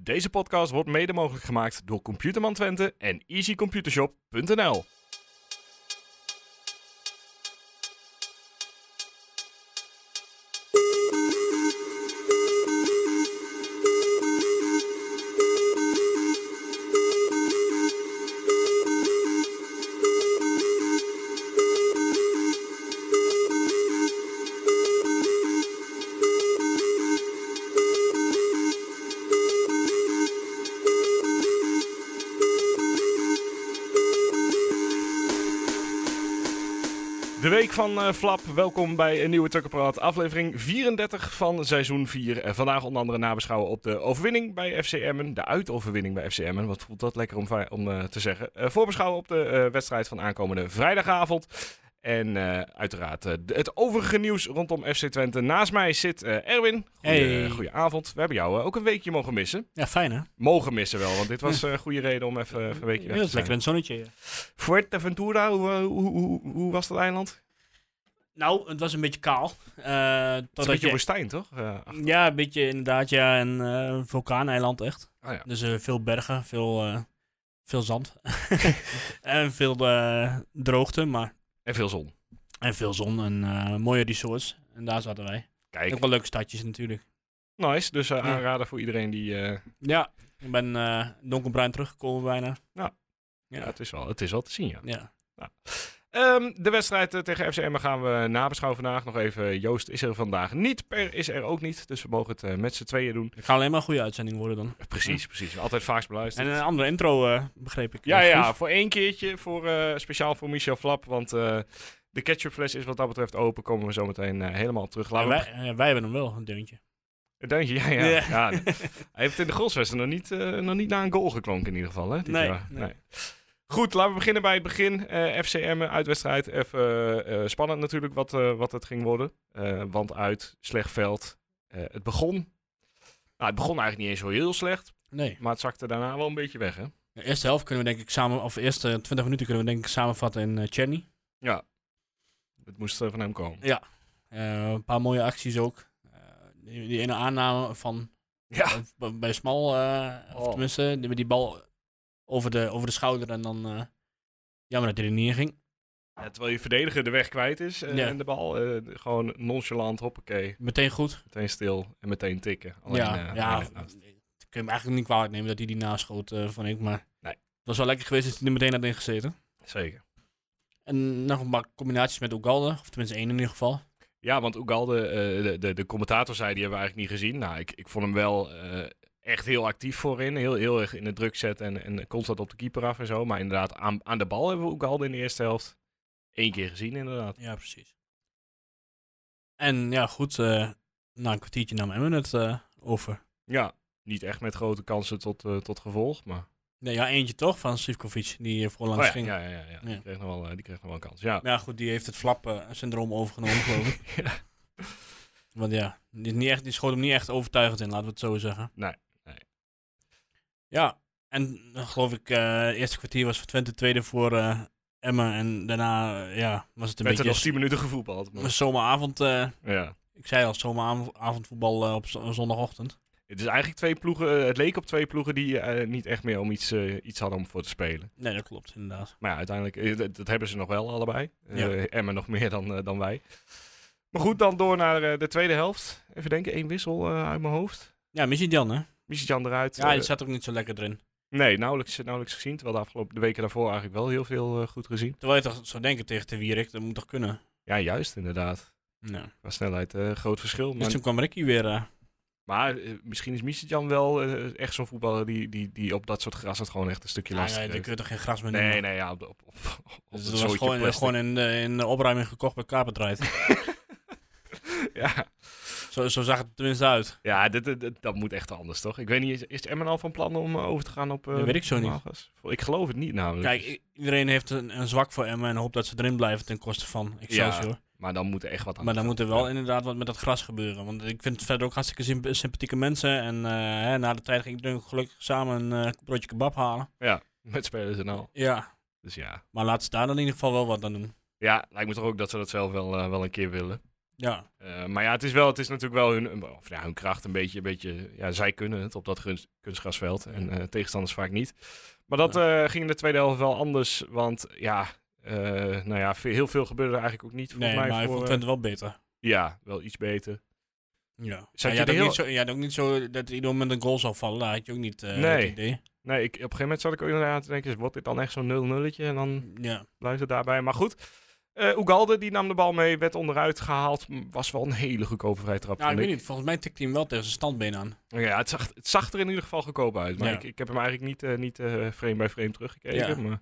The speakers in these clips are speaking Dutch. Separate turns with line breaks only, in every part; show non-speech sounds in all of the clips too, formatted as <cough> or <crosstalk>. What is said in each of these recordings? Deze podcast wordt mede mogelijk gemaakt door Computerman Twente en easycomputershop.nl. De week van eh, Flap, welkom bij een nieuwe Tukkenpraat, aflevering 34 van seizoen 4. En vandaag onder andere nabeschouwen op de overwinning bij FC Emmen, de uitoverwinning bij FC Emmen, wat voelt dat lekker om, va- om eh, te zeggen. Eh, voorbeschouwen op de eh, wedstrijd van aankomende vrijdagavond. En eh, uiteraard eh, de- het overige nieuws rondom FC Twente. Naast mij zit eh, Erwin.
Hey.
Goedenavond. We hebben jou eh, ook een weekje mogen missen.
Ja, fijn hè?
Mogen missen wel, want dit was eh, een goede reden om even, even een weekje
Ja,
weg
dat
te
is lekker
zijn.
in het zonnetje. ja.
Fuerteventura, hoe, eh, hoe, hoe, hoe was dat eiland?
Nou, het was een beetje kaal. Eh,
Dat
totdat
is een beetje
je-
woestijn, toch? Eh,
Ja, een beetje inderdaad. Ja, een eh, vulkaaneiland echt.
ah ja.
Dus eh, veel bergen, veel, eh, veel zand. <laughs> en veel eh, droogte, maar...
En veel zon.
En veel zon en eh, mooie resorts. En daar zaten wij.
Kijk,
Ook wel leuke stadjes natuurlijk.
nice. Dus eh,
Ja.
aanraden voor iedereen die... eh,
Ja, ik ben eh, donkerbruin teruggekomen bijna.
ja,
Ja.
het is, wel, het is wel te zien, ja.
Ja.
Ehm, de wedstrijd eh, tegen FCM gaan we nabeschouwen vandaag nog even. Joost is er vandaag niet, Per is er ook niet. Dus we mogen het eh, met z'n tweeën doen.
Het gaat alleen maar een goede uitzending worden dan.
Precies, precies. Altijd vaakst beluisterd.
En een andere intro, eh, begreep ik.
ja,
Eh,
ja,
goed.
voor één keertje. Voor, eh, speciaal voor Michel Flap, want... eh, de ketchupfles is wat dat betreft open. Komen we zo meteen eh, helemaal op terug.
En
Laten we
wij, eh, wij hebben hem wel, een deuntje.
Een duimpje, ja,
<laughs>
ja.
Ja.
ja. Hij heeft in de godswesten nog niet, eh, nog niet naar een goal geklonken in ieder geval, hè? dit
Nee,
jaar.
nee.
Goed, laten we beginnen bij het begin. Eh FCM uitwedstrijd. Even eh, eh, spannend natuurlijk wat, eh, wat het ging worden. Eh, want uit, slecht veld. Eh, het begon... Nou, het begon eigenlijk niet eens zo heel slecht.
Nee.
Maar het zakte daarna wel een beetje weg, hè?
De eerste helft kunnen we denk ik samen, of de eerste 20 minuten kunnen we denk ik samenvatten in eh Cherny.
Het moest eh, van hem komen.
Eh, een paar mooie acties ook. Eh, die, die ene aanname van
Ja.
eh, b- bij Smal, eh,
Oh.
of tenminste, die, met die bal over de, over de schouder en dan eh, jammer dat hij er niet in ging.
Ja, terwijl je verdediger de weg kwijt is. eh,
Ja.
En de bal eh, gewoon nonchalant, hoppakee.
Meteen goed.
Meteen stil en meteen tikken. Alleen,
ja,
eh,
ja.
alleen
v-
naast.
Ik kan hem eigenlijk niet kwalijk nemen dat hij die naschoot, eh vond ik. Maar
Nee.
het was wel lekker geweest als hij er meteen had ingezeten.
Zeker.
En nog een paar combinaties met Ugalde, of tenminste één in ieder geval.
Ja, want Ugalde, eh de, de, de commentator zei, die hebben we eigenlijk niet gezien. Nou, ik, ik vond hem wel eh, echt heel actief voorin. Heel, heel erg in de druk zet en, en constant op de keeper af en zo. Maar inderdaad, aan, aan de bal hebben we Ugalde in de eerste helft één keer gezien, inderdaad.
Ja, precies. En ja, goed, eh, na een kwartiertje nam Emmen het eh, over.
Ja, niet echt met grote kansen tot, eh, tot gevolg, maar...
Nee, ja, eentje toch van Sivkovic, die eh, voorlangs
Oh ja,
ging.
ja, ja, ja, ja. Die,
Ja.
kreeg nog wel, eh, die kreeg nog wel een kans, ja.
Maar ja, goed, die heeft het flap-syndroom overgenomen,
<laughs>
geloof ik.
Ja.
Want ja, die, is niet echt, die schoot hem niet echt overtuigend in, laten we het zo zeggen.
Nee, nee.
Ja, en dan geloof ik, eh het eerste kwartier was voor Twente, tweede voor eh, Emmen. En daarna eh, ja, was het een
Werd er nog
beetje
tien minuten gevoetbald.
een
maar-
zomeravond. eh,
Ja.
ik zei al, zomeravondvoetbal eh, op z- zondagochtend.
Het is eigenlijk twee ploegen, eh, het leek op twee ploegen die eh, niet echt meer om iets, eh, iets hadden om voor te spelen.
Nee, dat klopt, inderdaad.
Maar ja, uiteindelijk, eh, dat, dat hebben ze nog wel allebei. Eh
Ja.
Emmen nog <laughs> meer dan, eh, dan wij. Maar goed, dan door naar eh, de tweede helft. Even denken, één wissel eh, uit mijn hoofd.
Ja, missie Jan, hè?
Michitjan eruit.
Ja,
eh,
die zat ook niet zo lekker erin.
nee, nauwelijks, eh, nauwelijks gezien. Terwijl de afgelopen de weken daarvoor eigenlijk wel heel veel eh, goed gezien.
Terwijl je toch zou denken tegen de Wierik, dat moet toch kunnen?
Ja, juist inderdaad.
Ja.
Qua snelheid eh, groot verschil.
Dus
Maar,
toen kwam Ricky weer. eh,
maar eh, misschien is Michitjan wel eh, echt zo'n voetballer die, die, die op dat soort gras het gewoon echt een stukje
ja,
lastig
Ah, ja, daar
heeft.
kun je toch geen gras meer
Nee,
noemen?
nee, ja, op, de- op, op, op
Dus
het
dat was
zooitje
gewoon,
plastic.
gewoon in, de, in de opruiming gekocht bij Carpetrijd.
<laughs> Ja.
zo, zo zag het er tenminste uit.
Ja, dit, dit- dit- dat moet echt anders, toch? Ik weet niet, is, is Emmen al van plan om eh, over te gaan op... eh
Dat weet ik zo niet.
normaal gas? Ik geloof het niet namelijk.
Kijk, i- iedereen heeft een, een zwak voor Emmen en hoopt dat ze erin blijven ten koste van Excelsior.
Maar dan moet er echt wat aan.
maar dan moet er wel inderdaad wat met dat gras gebeuren. Want ik vind het verder ook hartstikke symp- sympathieke mensen. En eh, hè, na de tijd ging ik denk gelukkig samen een eh, broodje kebab halen.
Ja, met spelers en al.
Ja,
Dus ja.
maar laat ze daar dan in ieder geval wel wat aan doen.
Ja, lijkt me toch ook dat ze dat zelf wel, eh, wel een keer willen.
Ja.
Eh, maar ja, het is, wel, het is natuurlijk wel hun, of ja, hun kracht een beetje, een beetje. Ja, zij kunnen het op dat gunst- kunstgrasveld. En eh, tegenstanders vaak niet. Maar dat eh, ging in de tweede helft wel anders. Want ja, eh, nou ja, ve- heel veel gebeurde er eigenlijk ook niet. Volgens
Nee,
mij
maar ik
voor,
vond
eh,
Twente wel beter.
Ja, wel iets beter.
Ja.
Zat
ja,
je
je, had
er
ook
heel-
niet zo, je had ook niet zo dat ieder moment een goal zou vallen. Daar had je ook niet eh
Nee.
dat idee.
Nee, ik, op een gegeven moment zat ik ook inderdaad te denken, wordt dit dan echt zo'n 0 nulletje En dan
Ja. Nou,
blijft het daarbij. Maar goed, eh Ugalde die nam de bal mee, werd onderuit gehaald. M, Was wel een hele goedkope vrijtrap.
Nou, ik
vond
weet niet. Volgens mij tikte hij hem wel tegen zijn standbeen aan.
Ja, het zag, het zag er in ieder geval goedkoop uit. Maar
Ja.
ik, ik heb hem eigenlijk niet, eh, niet eh, frame bij frame teruggekeken.
Ja.
Maar,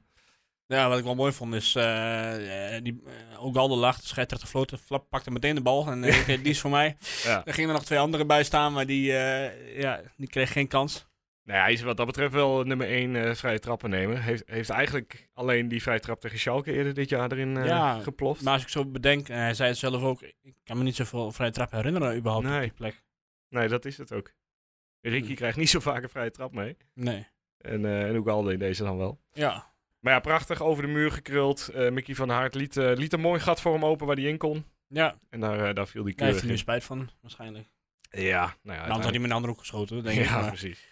Ja, wat ik wel mooi vond is, eh, eh, die, eh, ook al de lacht, de scheidsrechter floten, flap pakte meteen de bal
<laughs>
en eh, die is voor mij.
ja.
Er gingen er nog twee anderen bij staan, maar die, eh, ja, die kreeg geen kans.
Nou ja, hij is wat dat betreft wel nummer 1 vrije trappen nemen. Heeft, heeft eigenlijk alleen die vrije trap tegen Schalke eerder dit jaar erin eh,
Ja,
geploft.
Maar als ik zo bedenk, en hij zei het zelf ook, ik kan me niet zoveel vrije trap herinneren überhaupt op
Nee.
die plek.
Nee, dat is het ook. Ricky
Hm.
krijgt niet zo vaak een vrije trap mee.
Nee.
En, eh en Ugalde in deze dan wel.
Ja.
Maar ja, prachtig over de muur gekruld. Eh, Mickey van der Hart liet, eh, liet een mooi gat voor hem open waar hij in kon.
Ja,
En daar, eh, daar viel die
daar
keurig
heeft hij nu
in.
spijt van, waarschijnlijk.
Ja, nou ja,
Dan had hij
uiteindelijk-
met een andere hoek geschoten, denk ik.
ja
maar-
precies.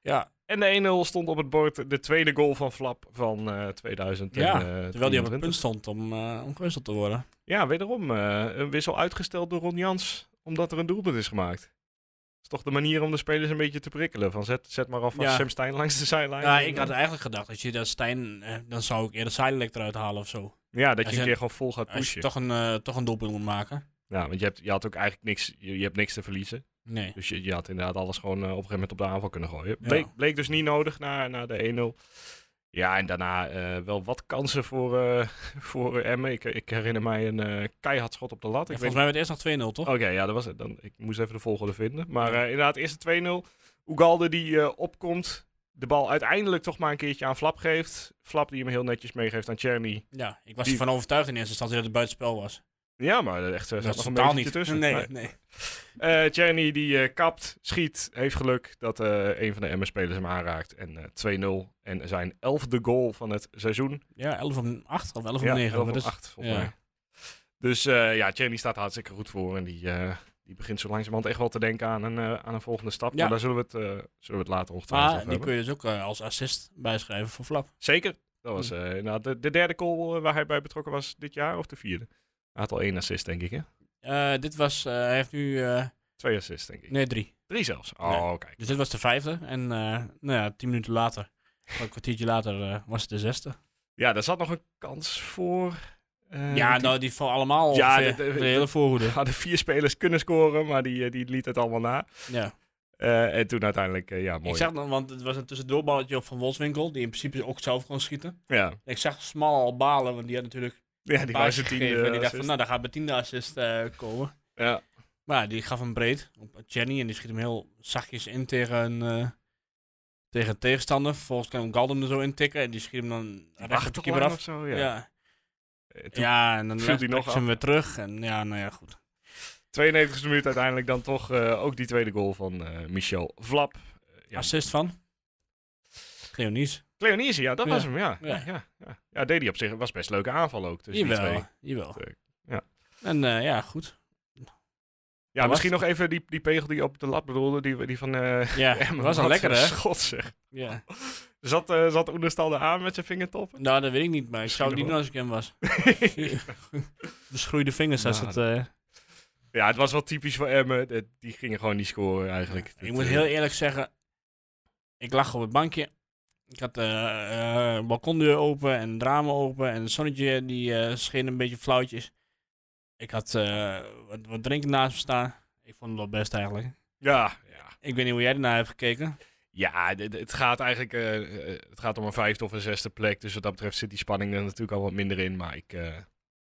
ja.
En de 1-0 stond op het bord. De tweede goal van Flap van eh 2000.
Ja,
en,
Terwijl hij op
punten.
het punt stond om, eh om gewisseld te worden.
Ja, wederom. eh, een wissel uitgesteld door Ron Jans. Omdat er een doelpunt is gemaakt. Dat is toch de manier om de spelers een beetje te prikkelen. Van zet, zet maar alvast
Ja.
Sam Stein langs de zijlijn. eh,
Ja, ik had eigenlijk gedacht, als je dat Stijn, eh, dan zou ik eerder Silek eruit halen of zo.
ja, dat
Als
je een
je-
keer gewoon vol gaat
Als
pushen.
je toch een, eh, toch een doelpunt moet maken.
Ja, want je, hebt, je had ook eigenlijk niks, je, je hebt niks te verliezen.
Nee.
Dus je, je had inderdaad alles gewoon eh, op een gegeven moment op de aanval kunnen gooien. Bleek, bleek dus niet nodig na, na de 1-0. Ja, en daarna eh, wel wat kansen voor, eh, <laughs> voor Emmen. Ik, ik herinner mij een eh, keihard schot op de lat.
Ja,
Ik
volgens
weet- Oh.
mij werd het eerst nog 2-0, toch?
Oké, ja, dat was het. Dan, ik moest even de volgorde vinden. Maar
Ja.
eh, inderdaad, eerste 2-0. Ugalde die eh, opkomt. De bal uiteindelijk toch maar een keertje aan Flap geeft. Flap die hem heel netjes meegeeft aan Cherny.
Ja, ik was
Die-
ervan overtuigd in eerste instantie dat het buitenspel was.
Ja, maar echt, er
dat
zat
is
nog een
totaal
beetje
niet.
tussen.
Nee,
Nee.
nee.
Eh Tjerny die eh, kapt, schiet, heeft geluk dat eh, een van de Emmen-spelers hem aanraakt. En eh, 2-0 en zijn elfde goal van het seizoen.
Ja, 11 om 8 of 11 om
ja,
9.
elf
wat
op
is-
acht, volgens
ja.
mij. Dus eh ja, Tjerny staat er hartstikke goed voor. En die, eh, die begint zo langzamerhand echt wel te denken aan een, eh, aan een volgende stap.
Ja.
Maar daar zullen we het, eh, zullen we het later ongetwijfeld
Maar
over
die
hebben.
kun je dus ook eh, als assist bijschrijven voor Flap.
Zeker. Dat
Hm.
was eh, inderdaad de, de derde goal eh, waar hij bij betrokken was dit jaar, of de vierde. Hij had al één assist, denk ik, hè?
Eh, dit was, eh, hij heeft nu, eh,
Twee assists, denk ik.
nee drie.
Drie zelfs. Oh, kijk.
Dus dit was de vijfde. En eh, nou ja, tien minuten later, of een kwartiertje later, eh, was het de zesde.
Ja, daar zat nog een kans voor. eh,
ja,
die-
nou die vallen allemaal
Ja, eh,
ongeveer,
dit-
de
dit-
hele voorhoede.
Er hadden vier spelers kunnen scoren, maar die, eh, die liet het allemaal na.
Ja.
Eh, en toen uiteindelijk, eh, ja, mooi.
Ik zag dan, want het was een tussendoorballetje op Van Wolfswinkel, die in principe ook zelf kon schieten.
Ja,
Ik zag Smal al balen, want die had natuurlijk
ja die was
paasje
het
gegeven. En die dacht van,
tiende.
nou, daar gaat mijn tiende assist eh, komen.
Ja,
Maar die gaf hem breed op Jenny en die schiet hem heel zachtjes in tegen, eh tegen een tegenstander. Vervolgens kan Galden er zo in tikken en die schiet hem dan recht op de
wacht
keeper
of
af.
zo,
Ja.
ja.
Ja.
Eh, toen-
en dan
viel
legt-
die nog
trekken ze hem weer terug. En ja, nou ja, goed.
92e minuut uiteindelijk dan toch eh, ook die tweede goal van eh, Michel Vlap. Ja.
Assist van? Leonies.
Cleonise, ja, dat
Ja.
was hem, ja. Ja.
Ja.
Ja, ja. Ja, deed hij op zich. was best een leuke aanval ook tussen die Dus twee.
Jawel, jawel.
Eh, ja.
En eh, ja, goed.
Ja,
was-
misschien nog even die, die pegel die op de lat bedoelde, die, die van... eh <laughs>
Ja,
Emmen.
was al
Wat
lekker
een
hè?
Schot, zeg.
Ja.
Zat, eh zat Oenerstal er aan met zijn vingertoppen?
Nou, dat weet ik niet, maar ik zou het
Misschien
niet doen als ik hem
<laughs>
was. Beschroeide vingers als
Nou,
het... eh,
Ja, het was wel typisch voor Emmen. Dat- Die gingen gewoon niet scoren eigenlijk.
Ik
Dat,
moet
eh,
heel eerlijk zeggen, ik lag op het bankje. Ik had de eh eh, balkondeur open en het ramen open en het zonnetje die eh, scheen een beetje flauwtjes. Ik had eh, wat, wat drinken naast me staan. Ik vond het wel best eigenlijk.
Ja, ja.
Ik weet niet hoe jij ernaar hebt gekeken.
ja d- d- het gaat eigenlijk eh, eh, het gaat om een vijfde of een zesde plek. Dus wat dat betreft zit die spanning er natuurlijk al wat minder in. Maar ik, eh,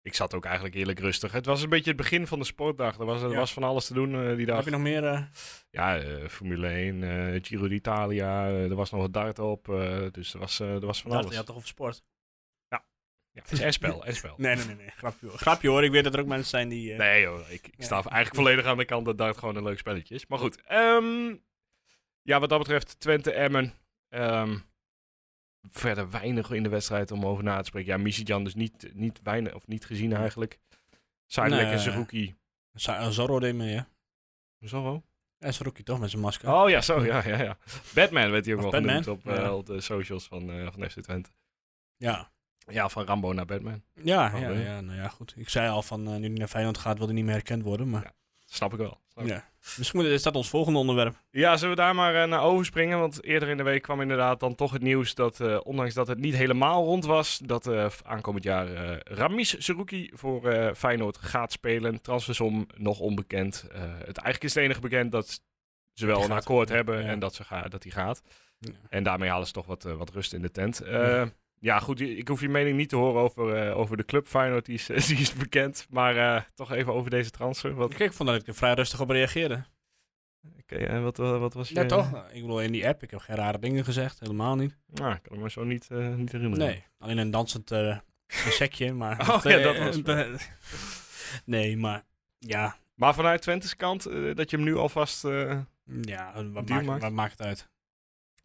ik zat ook eigenlijk eerlijk rustig. Het was een beetje het begin van de sportdag. Er was, er
Ja.
was van alles te doen eh, die dag.
Heb je nog meer? eh,
Ja, eh, Formule 1, eh, Giro d'Italia. eh, er was nog wat dart op. eh, dus er was, eh, er was van
dacht,
alles.
je had toch over sport?
Ja, het is en spel, en spel.
Nee, nee, nee. nee. Grapje, hoor. Grapje hoor. Ik weet dat er ook mensen zijn die... eh,
Nee joh, ik, ik sta
Ja.
eigenlijk volledig aan de kant dat Dart gewoon een leuk spelletje is. Maar goed, ehm, ja wat dat betreft Twente Emmen. ehm, verder weinig in de wedstrijd om over na te spreken. Ja, Misijan dus niet, niet weinig of niet gezien eigenlijk. Zuidelijk
Nee.
en Zerouki
Z- eh, Zorro deed mee, hè?
Zorro?
En Zorroki toch met zijn masker.
Oh ja, zo, ja, ja, ja. Batman werd hij ook
Of
wel
Batman,
genoemd op, eh,
ja.
op de socials van, eh, van FC Twente.
Ja.
Ja, van Rambo naar Batman.
Ja,
Oh,
ja,
leuk.
ja, nou ja, goed. Ik zei al van eh, nu hij naar Feyenoord gaat, wil hij niet meer herkend worden. Maar
Snap ik wel. Snap ik.
ja. Misschien moet- is dat ons volgende onderwerp.
Ja, zullen we daar maar eh, naar overspringen? Want eerder in de week kwam inderdaad dan toch het nieuws dat, eh, ondanks dat het niet helemaal rond was, dat eh, aankomend jaar eh, Ramis Seruki voor eh, Feyenoord gaat spelen. Transfersom nog onbekend. Eh, het, eigenlijk is het enige bekend dat ze wel
Die
een
gaat.
akkoord hebben
Ja.
en dat, ze ga, dat die gaat.
Ja.
En daarmee halen ze toch wat, eh, wat rust in de tent. Eh,
Ja.
ja, goed, je- ik hoef je mening niet te horen over, eh, over de club Feyenoord, die is, <laughs> die is bekend. Maar eh, toch even over deze transfer. Wat,
Ik vond dat ik er vrij rustig op reageerde.
oké, eh, wat, wat, wat was je...
Ja, toch? Ik bedoel, in die app, ik heb geen rare dingen gezegd, helemaal niet.
Nou, ik kan ik me zo niet, eh, niet herinneren.
Nee, alleen een dansend eh, sekje, maar...
<laughs> Oh, ja, dat was het.
eh, <laughs> nee, maar ja,
Maar vanuit Twente's kant, eh, dat je hem nu alvast... eh,
ja wat,
Duur
maakt,
maakt.
wat maakt het uit?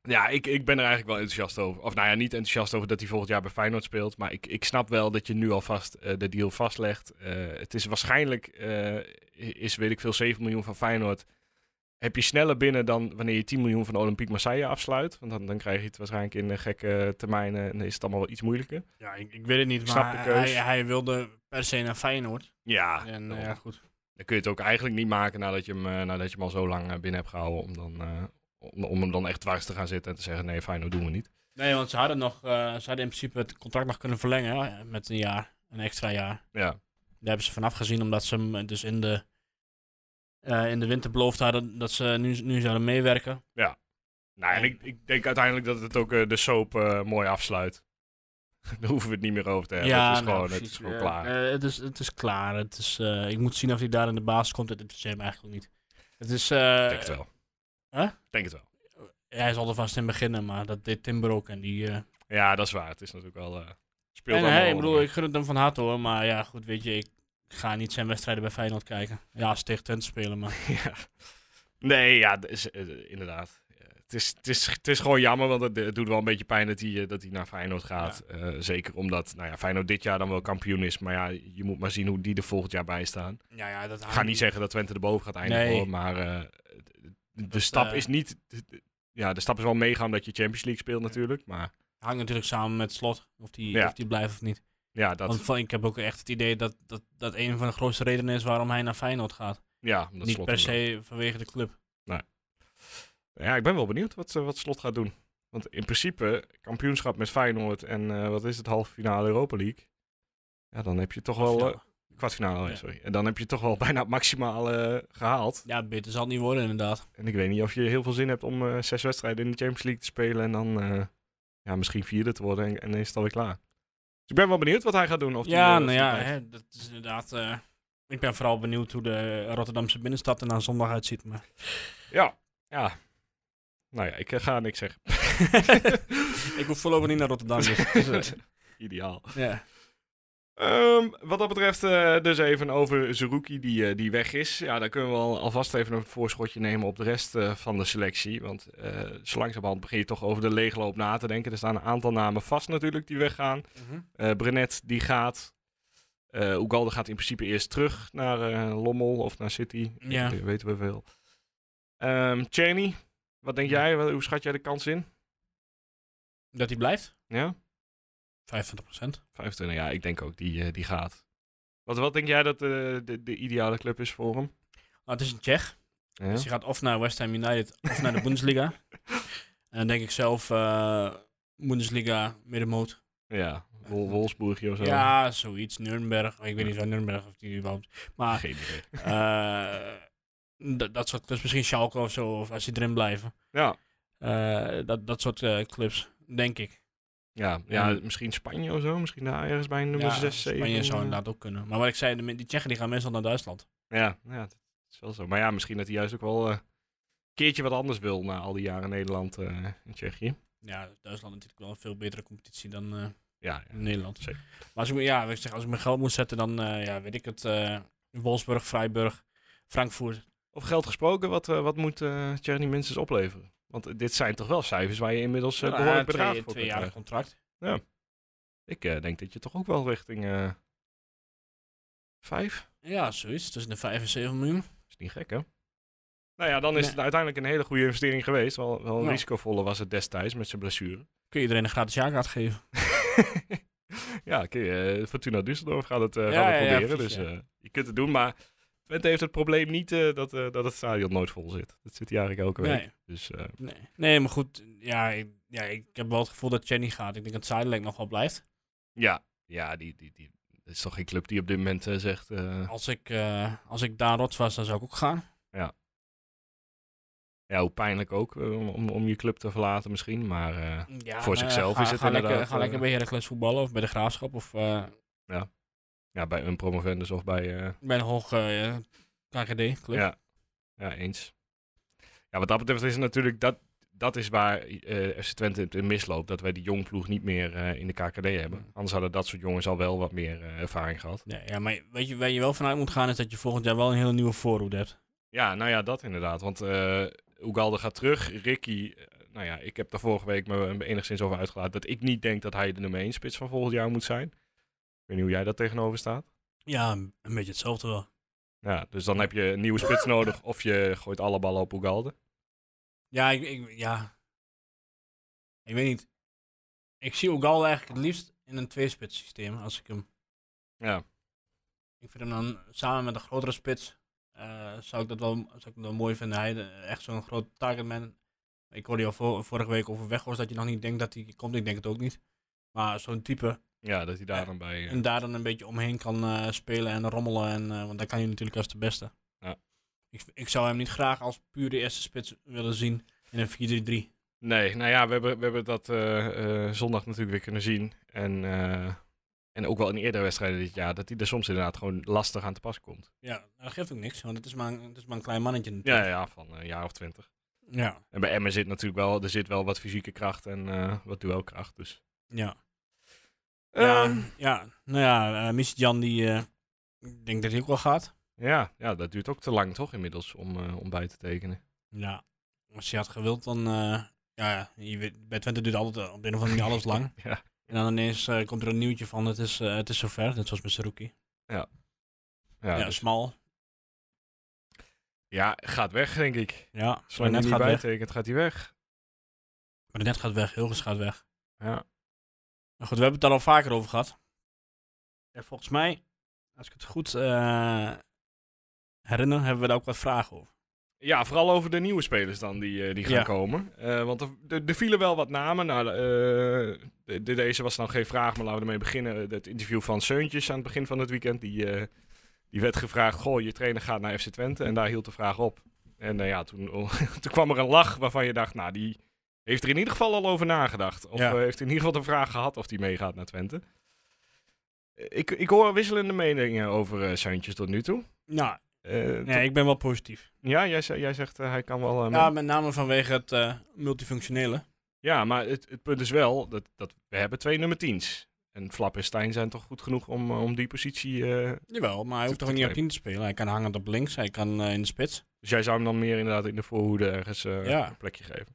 Ja, ik, ik ben er eigenlijk wel enthousiast over. Of nou ja, niet enthousiast over dat hij volgend jaar bij Feyenoord speelt. Maar ik, ik snap wel dat je nu alvast eh, de deal vastlegt. Eh, het is waarschijnlijk, eh, is weet ik veel, 7 miljoen van Feyenoord. Heb je sneller binnen dan wanneer je 10 miljoen van Olympique Marseille afsluit. Want dan, dan krijg je het waarschijnlijk in eh, gekke termijnen en is het allemaal wel iets moeilijker.
Ja, ik, ik weet het niet,
Ik
maar
snap de keus. Ah,
hij, hij wilde per se naar Feyenoord.
Ja,
en eh,
daarom.
ja, goed.
Dan kun je het ook eigenlijk niet maken nadat je hem, eh, nadat je hem al zo lang eh, binnen hebt gehouden. Om, dan, eh, om, om hem dan echt dwars te gaan zitten en te zeggen: nee, Feyenoord doen we niet.
Nee, want ze hadden, nog, eh, ze hadden in principe het contract nog kunnen verlengen hè, met een jaar, een extra jaar.
Ja,
Daar hebben ze vanaf gezien, omdat ze hem eh, dus in de, eh, in de winter beloofd hadden dat ze nu, nu zouden meewerken.
nou, en ik, ik denk uiteindelijk dat het ook eh, de soap eh, mooi afsluit. <laughs> Daar hoeven we het niet meer over te hebben. het, is
nou,
gewoon, het
precies.
is gewoon
Eh,
klaar.
eh, het, is, het is klaar. Het is, eh, ik moet zien of hij daar in de baas komt. Het interesseert me eigenlijk niet. Het is, eh,
denk het wel.
huh?
Denk het wel.
Hij zal er vast in beginnen, maar dat deed Timber ook. En die, eh,
Ja, dat is waar. Het is natuurlijk wel. eh speelt
En
allemaal
hey, ik
wel
bedoel,
een-
ik gun het hem van harte hoor, maar ja, goed, weet je, ik ga niet zijn wedstrijden bij Feyenoord kijken. Ja, als ze tegen Twente spelen, maar
<laughs> ja. Nee, ja, dat is, eh, inderdaad. Eh, Het is, het, is, het is gewoon jammer, want het, het doet wel een beetje pijn dat hij, eh, dat hij naar Feyenoord gaat. Eh, zeker omdat nou ja, Feyenoord dit jaar dan wel kampioen is. Maar ja, je moet maar zien hoe die er volgend jaar bij staan.
ja, ja, dat
Ik ga niet zeggen dat Twente erboven gaat eindigen,
Ah. Nee.
hoor, maar eh, de stap
eh,
is niet... Ja, de stap is wel meegaan dat je Champions League speelt natuurlijk. Maar
hangt natuurlijk samen met Slot, of die,
Ja.
of die blijft of niet.
ja, dat...
Want van- ik heb ook echt het idee dat, dat dat een van de grootste redenen is waarom hij naar Feyenoord gaat.
ja, dat
niet
slot
per
hem wel.
se vanwege de club.
Ja, ik ben wel benieuwd wat, eh, wat Slot gaat doen. Want in principe, kampioenschap met Feyenoord en eh, wat is het, halve finale Europa League. Ja, dan heb je toch wel... eh,
Of ja.
kwartfinale, oh ja,
Ja.
sorry. En dan heb je toch wel <laughs> bijna het maximale eh, gehaald.
Ja, beter zal het niet worden inderdaad.
En ik weet niet of je heel veel zin hebt om eh, zes wedstrijden in de Champions League te spelen. En dan eh, ja, misschien vierde te worden en, en dan is het alweer klaar. Dus ik ben wel benieuwd wat hij gaat doen. Of die, eh,
ja,
of
nou
die
ja,
blijft.
hè, dat is inderdaad... eh, ik ben vooral benieuwd hoe de Rotterdamse binnenstad er na zondag uitziet, maar...
Ja, ja. Nou ja, ik eh, ga niks
<laughs>
zeggen. <laughs>
ik hoef voorlopig niet naar Rotterdam, dus... het is, eh,
Ideaal.
<laughs> ja.
Ehm, wat dat betreft, eh, dus even over Zerouki die, eh, die weg is. Ja, daar kunnen we al, alvast even een voorschotje nemen op de rest eh, van de selectie. Want eh zo langzamerhand begin je toch over de leegloop na te denken. Er staan een aantal namen vast natuurlijk die weggaan.
Mhm.
Eh Brenet die gaat. Eh Ugalde gaat in principe eerst terug naar eh, Lommel of naar City.
Ja.
Dat weten we veel. Ehm Cheney, wat denk jij? Wel, Hoe schat jij de kans in?
Dat hij blijft?
Ja?
25%.
25, ja, ik denk ook die, eh, die gaat. Wat, wat denk jij dat eh, de, de ideale club is voor hem?
Nou, het is een Tsjech.
Ja.
Dus die gaat of naar West Ham United of naar de
<laughs>
Bundesliga. En dan denk ik zelf eh, Bundesliga, middenmoot.
Ja, Wol Wolfsburgje of zo.
Ja, zoiets. Nürnberg. Ik weet
Ja.
niet waar Nürnberg of die
<laughs>
überhaupt. Maar
Geen idee.
eh, dat- dat soort clubs. Misschien Schalke of zo. Of als die erin blijven.
Ja,
Eh, dat, dat soort eh, clubs, denk ik.
ja, ja
En-
misschien Spanje of zo. Misschien daar ergens bij een nummer
Ja,
6, 7.
Spanje zou inderdaad ook kunnen. Maar wat ik zei, de- die Tsjechen die gaan meestal naar Duitsland.
Ja, ja, dat is wel zo. Maar ja, misschien dat hij juist ook wel eh, een keertje wat anders wil na al die jaren in Nederland eh, en Tsjechië.
Ja, Duitsland is natuurlijk wel een veel betere competitie dan... eh,
Ja, ja.
in Nederland.
Zeker.
Maar als ik, me- ja, wat ik zeg, als ik mijn geld moet zetten, dan eh, ja, weet ik het. eh, Wolfsburg, Freiburg, Frankfurt.
Of geld gesproken, wat, eh, wat moet eh Tsjechië minstens opleveren? Want eh, dit zijn toch wel cijfers waar je inmiddels eh,
Ja,
behoorlijk
twee-
bedrag voor
twee,
kunt
jaar
krijgen.
contract.
Ik eh, denk dat je toch ook wel richting eh Vijf?
Ja, zoiets. Tussen de 5 en 7 miljoen.
Is niet gek, hè? Nou ja, dan is
Nee.
het uiteindelijk een hele goede investering geweest. Wel, wel een
Ja.
risicovolle was het destijds met zijn
<laughs>
blessure.
Kun je iedereen een gratis jaarkaart geven?
ja, oké, eh, Fortuna Düsseldorf gaat het, eh,
Ja,
gaat het
ja, ja,
proberen.
precies,
dus
ja.
eh, je kunt het doen, maar Twente heeft het probleem niet eh, dat, eh, dat het stadion nooit vol zit. Dat zit hij eigenlijk elke week.
Nee,
Dus eh,
nee. nee, maar goed. Ja ik, ja, ik heb wel het gevoel dat Jenny gaat. Ik denk dat Zijdelijk nog wel blijft.
ja, ja die, die, die, er is toch geen club die op dit moment eh, zegt... eh,
Als ik, eh, als ik Daan Rots was, dan zou ik ook gaan.
ja, hoe pijnlijk ook eh, om, om je club te verlaten misschien, maar... eh,
Ja,
Voor
eh,
zichzelf
ga,
is het
ga
inderdaad,
Lekker, ga lekker
eh,
bij Heracles voetballen of bij de Graafschap of eh,
Ja, bij een promovendus of bij... eh,
bij een hoog eh, KGD-club.
Ja. ja, eens. Ja, wat dat betreft is het natuurlijk... Dat, dat is waar eh FC Twente het in misloopt. Dat wij die jong ploeg niet meer eh, in de KKD hebben.
Mm.
Anders hadden dat soort jongens al wel wat meer eh, ervaring gehad.
Nee, ja, maar weet je, waar je wel vanuit moet gaan is dat je volgend jaar wel een hele nieuwe voorhoede hebt.
Ja, nou ja, dat inderdaad. Want eh Ugalde gaat terug. Ricky, eh, nou ja, ik heb daar vorige week me me enigszins over uitgelaten... dat ik niet denk dat hij de nummer 1 spits van volgend jaar moet zijn. Ik weet niet hoe jij daar tegenover staat.
Ja, een een beetje hetzelfde wel.
Ja, dus dan heb je een nieuwe spits nodig... of je gooit alle ballen op Ugalde.
Ja, ik, ik, ja. ik weet niet. Ik zie Ogal eigenlijk het liefst in een tweespits systeem. Als ik, hem,
Ja,
ik vind hem dan samen met een grotere spits. eh, zou ik dat wel, zou ik hem wel mooi vinden. Hij eh, echt zo'n groot targetman. Ik hoorde jou vo- vorige week over Weghorst dat je nog niet denkt dat hij komt. Ik denk het ook niet. Maar zo'n type.
ja dat hij daar dan bij... eh,
En daar dan een beetje omheen kan eh, spelen en rommelen. En, eh, want daar kan hij natuurlijk als de beste.
Ja.
Ik, ik zou hem niet graag als puur de eerste spits willen zien in een 4-3-3.
Nee, nou ja, we hebben, we hebben dat eh, eh, zondag natuurlijk weer kunnen zien. En, eh, en ook wel in eerdere wedstrijden dit jaar, dat hij er soms inderdaad gewoon lastig aan te pas komt.
Ja, nou, dat geeft ook niks, want het is maar een, het is maar een klein mannetje.
Ja,
natuurlijk.
ja van eh, een jaar of twintig.
Ja,
En bij Emmen zit natuurlijk wel, er zit wel wat fysieke kracht en eh, wat duelkracht. Dus.
ja.
Ja.
Ja, ja. nou ja, eh Miss Jan die, eh, ik denk dat hij ook wel gaat.
ja, ja, dat duurt ook te lang toch inmiddels om, eh, om bij te tekenen.
Ja, als hij had gewild, dan, eh, ja, je weet, bij Twente duurt altijd eh, op de een of andere manier alles lang.
<laughs> Ja.
En dan ineens eh, komt er een nieuwtje van, het is, eh, het is zover, net zoals met Saruki.
Ja,
Ja,
dus-
smal.
ja, gaat weg denk ik.
Ja, maar
Zolang hij
net
niet
gaat weg.
bijtekent, gaat hij weg.
Maar net gaat weg, Hilgers gaat weg.
Ja.
Nou goed, we hebben het daar al vaker over gehad. En volgens mij, als ik het goed eh, herinner, hebben we daar ook wat vragen over.
Ja, vooral over de nieuwe spelers dan die, eh, die gaan
Ja.
komen. Eh, want er, er- er vielen wel wat namen. Nou, eh, de- de- deze was dan geen vraag, maar laten we ermee beginnen. Het interview van Seuntjes aan het begin van het weekend. Die, eh, die werd gevraagd, goh, je trainer gaat naar FC Twente. En daar hield de vraag op. En eh, ja, toen, <laughs> toen kwam er een lach waarvan je dacht, nou, die heeft er in ieder geval al over nagedacht. Of
Ja.
eh, heeft in ieder geval de vraag gehad of die meegaat naar Twente. Eh, Ik, ik hoor wisselende meningen over eh, Seuntjes tot nu toe.
Nou,
Eh, tot-
nee, ik ben wel positief.
Ja, jij, ze- jij zegt eh, hij kan wel... eh,
Ja, met name vanwege het eh, multifunctionele.
Ja, maar het, het punt is wel dat, dat we hebben twee nummer 10's. En Flap en Stijn zijn toch goed genoeg om, eh, om die positie. eh,
Jawel, maar hij hoeft
Te-
toch niet op
te
10 te spelen. Hij kan hangend op links, hij kan eh, in de spits.
dus jij zou hem dan meer inderdaad in de voorhoede ergens eh,
Ja.
een plekje geven.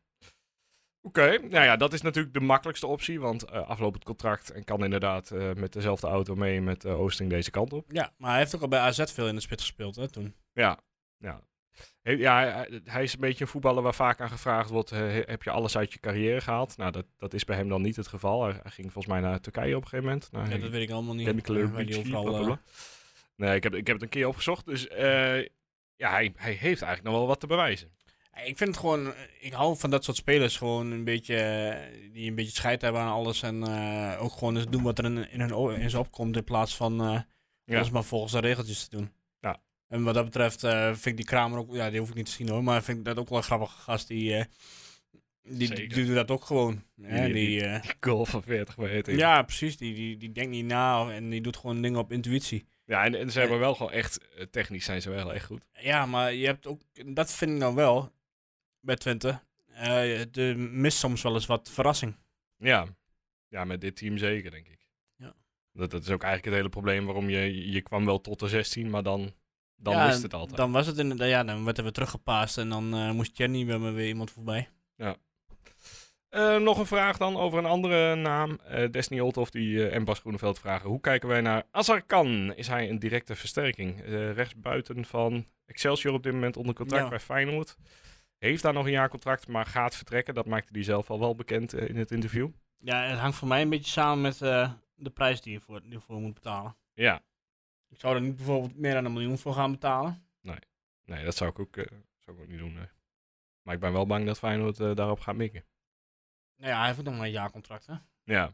Oké, nou ja, dat is natuurlijk de makkelijkste optie. Want eh aflopend contract en kan inderdaad eh, met dezelfde auto mee met eh, Oosting deze kant op.
Ja, maar hij heeft ook al bij AZ veel in de spits gespeeld hè, toen.
Ja, ja. He- ja hij, hij is een beetje een voetballer waar vaak aan gevraagd wordt: eh, he- heb je alles uit je carrière gehaald? Nou, dat, dat is bij hem dan niet het geval. Hij, hij ging volgens mij naar Turkije op een gegeven moment. Naar
Ja, dat weet ik allemaal niet.
Ken Kleur,
eh, waar die
Beachy,
overal, eh,
blablabla. Nee, ik heb, ik heb het een keer opgezocht. Dus eh, ja, hij, hij heeft eigenlijk nog wel wat te bewijzen. <laughs>
Ik vind het gewoon, ik hou van dat soort spelers gewoon een beetje, eh, die een beetje scheid hebben aan alles en eh, ook gewoon eens doen wat er in, in hun o- in ze opkomt in plaats van eh,
Ja.
alles maar volgens de regeltjes te doen.
Ja.
En wat dat betreft eh, vind ik die Kramer ook, ja die hoef ik niet te zien hoor, maar vind ik dat ook wel een grappige gast die, eh, die, die,
Zeker.
doet dat ook gewoon. hè,
die-
die, eh,
Goal van 40 meter. Ja,
ja precies, die, die, die denkt niet na en die doet gewoon dingen op intuïtie.
ja en, en ze hebben wel gewoon echt, eh, technisch zijn ze wel echt goed.
Ja, maar je hebt ook, dat vind ik nou wel, bij Twente, eh de mist soms wel eens wat verrassing.
Ja. ja, met dit team zeker, denk ik.
Ja.
Dat, dat is ook eigenlijk het hele probleem waarom je, je kwam wel tot de 16, maar dan, dan
Ja,
mist het altijd.
Dan was het inderdaad, ja, dan werden we teruggepaast en dan eh, moest Jenny bij me weer iemand voorbij.
Eh, nog een vraag dan over een andere naam. Eh Destiny Oldhoff die, eh, en Bas Groeneveld vragen. Hoe kijken wij naar Azarkan? Is hij een directe versterking? Eh rechtsbuiten van Excelsior op dit moment onder contract
Ja.
bij Feyenoord. Heeft daar nog een jaar contract, maar gaat vertrekken. Dat maakte hij zelf al wel bekend eh, in het interview.
Ja, het hangt voor mij een beetje samen met eh, de prijs die je, voor, die je voor moet betalen.
Ja,
Ik zou er niet bijvoorbeeld meer dan een miljoen voor gaan betalen.
nee, dat zou ik ook, eh, zou ik ook niet doen. nee. Maar ik ben wel bang dat Feyenoord eh, daarop gaat mikken.
Nou ja, hij heeft ook nog maar een jaarcontract, hè?
Ja.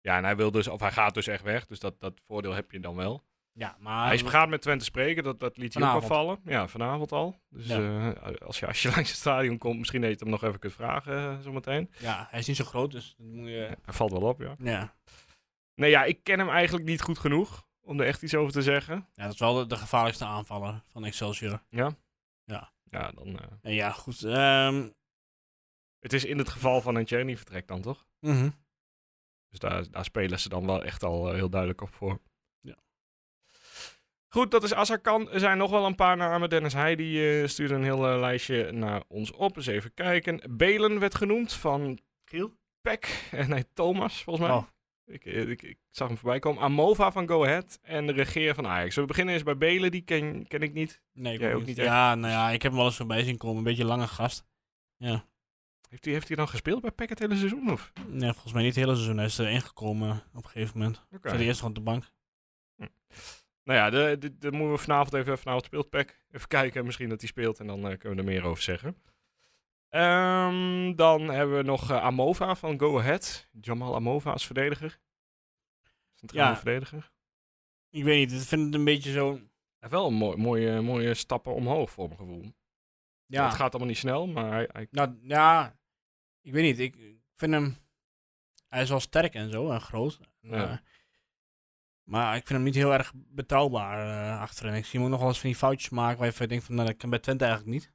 Ja, en hij wil dus, of hij gaat dus echt weg. Dus dat, dat voordeel heb je dan wel.
Ja, maar...
Hij is gaat met Twente spreken, dat, dat liet hij ook
Vanavond.
afvallen. Ja, vanavond al. Dus eh, als, je, <laughs> als je langs het stadion komt, misschien dat je het hem nog even kunt vragen eh, zometeen.
Ja, hij is niet zo groot, dus dat moet je...
Hij valt wel op, ja.
Ja,
Nee, ja, ik ken hem eigenlijk niet goed genoeg om er echt iets over te zeggen.
ja dat is wel de, de gevaarlijkste aanvaller van Excelsior.
Ja?
Ja.
Ja, dan... eh,
En ja, goed. ehm,
het is in het geval van een Tjerni vertrek dan, toch?
mhm.
Dus daar, daar spelen ze dan wel echt al eh, heel duidelijk op voor.
Ja.
Goed, dat is Azarkan. Er zijn nog wel een paar namen. Dennis Heij die eh, stuurde een heel eh, lijstje naar ons op. Eens even kijken. Belen werd genoemd van <laughs>
Giel?
Peck. Eh, Nee, Thomas, volgens mij.
Oh.
Ik, eh, ik, ik zag hem voorbij komen. Amova van Go Ahead en de regeer van Ajax. Zullen we beginnen eens bij Belen? Die ken, ken ik niet.
Nee, ik
Jij
ook
ook
niet.
niet echt?
ja, nou ja, ik heb hem wel eens voorbij zien komen. Een beetje lange gast.
Heeft hij heeft hij dan gespeeld bij Peck het hele seizoen? Of?
Nee, volgens mij niet het hele seizoen. Hij is er ingekomen op een gegeven moment. Hij
Oké.
Zat eerst nog op de bank.
Nou ja, de- de- de moeten we vanavond even. Vanavond speelt Peck. Even kijken, misschien dat hij speelt en dan eh, kunnen we er meer over zeggen. Ehm, dan hebben we nog eh, Amova van Go Ahead. Jamal Amova als verdediger. Centrale
Ja.
verdediger.
Ik weet niet, ik vind het een beetje zo...
Hij heeft wel een mooi, mooie, mooie stappen omhoog voor mijn gevoel.
Ja,
Het gaat allemaal niet snel, maar hij, hij
nou ja, ik weet niet. Ik ik vind hem... Hij is wel sterk en zo en groot. En,
Ja.
eh, maar ik vind hem niet heel erg betrouwbaar eh, achterin. Ik zie hem ook nog wel eens van die foutjes maken waar je denkt van, nou, dat kan bij Twente eigenlijk niet.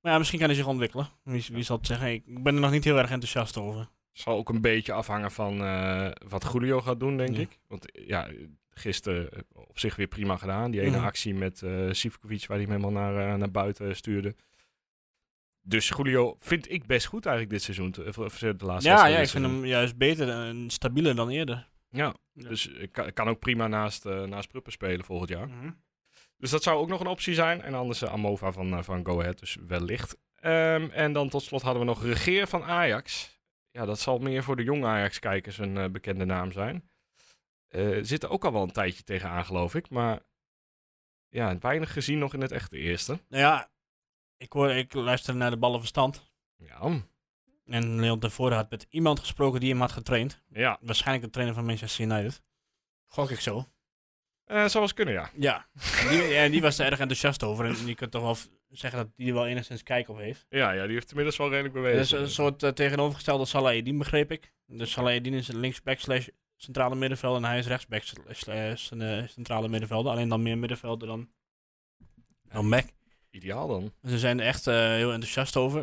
Maar ja, misschien kan hij zich ontwikkelen. Wie, wie zal het zeggen? Ik ben er nog niet heel erg enthousiast over.
zal ook een beetje afhangen van eh, wat Julio gaat doen, denk
Ja.
ik. Want eh, ja, gisteren eh, op zich weer prima gedaan. Die ene
Mhm.
actie met eh Sivkovic, waar hij hem helemaal naar, eh, naar buiten stuurde. Dus Julio vind ik best goed eigenlijk dit seizoen. te- eh, voor- voor de laatste
ja,
wedstrijd
ja,
dit
ik vind
seizoen.
hem juist beter en stabieler dan eerder.
Ja,
Ja.
dus ik kan, kan ook prima naast, eh, naast Pruppen spelen volgend jaar. Dus dat zou ook nog een optie zijn. En anders eh, Amova van, eh, van Go Ahead, dus wellicht. Ehm, en dan tot slot hadden we nog Regeer van Ajax. Ja, dat zal meer voor de jonge Ajax-kijkers een eh, bekende naam zijn. Eh zit er ook al wel een tijdje tegenaan, geloof ik. Maar ja, weinig gezien nog in het echte eerste.
Nou ja, ik, hoor, ik luister naar de ballenverstand.
Ja,
En Leon tevoren had met iemand gesproken die hem had getraind.
ja.
Waarschijnlijk de trainer van Manchester United. Gok ik zo.
Eh, zou eens kunnen, ja.
Ja. En die, ja, die was er erg enthousiast over. En je kunt toch wel v- zeggen dat die er wel enigszins kijk op heeft.
<laughs> Ja, ja, die heeft inmiddels wel redelijk bewegen.
Dus een soort eh, tegenovergestelde Salah Eddin begreep ik. Dus Salah Eddin is een linksback slash centrale middenvelder en hij is rechtsback slash slash, eh, centrale middenvelder. Alleen dan meer middenvelder dan, dan back.
Ideaal dan.
Ze zijn er echt eh, heel enthousiast over.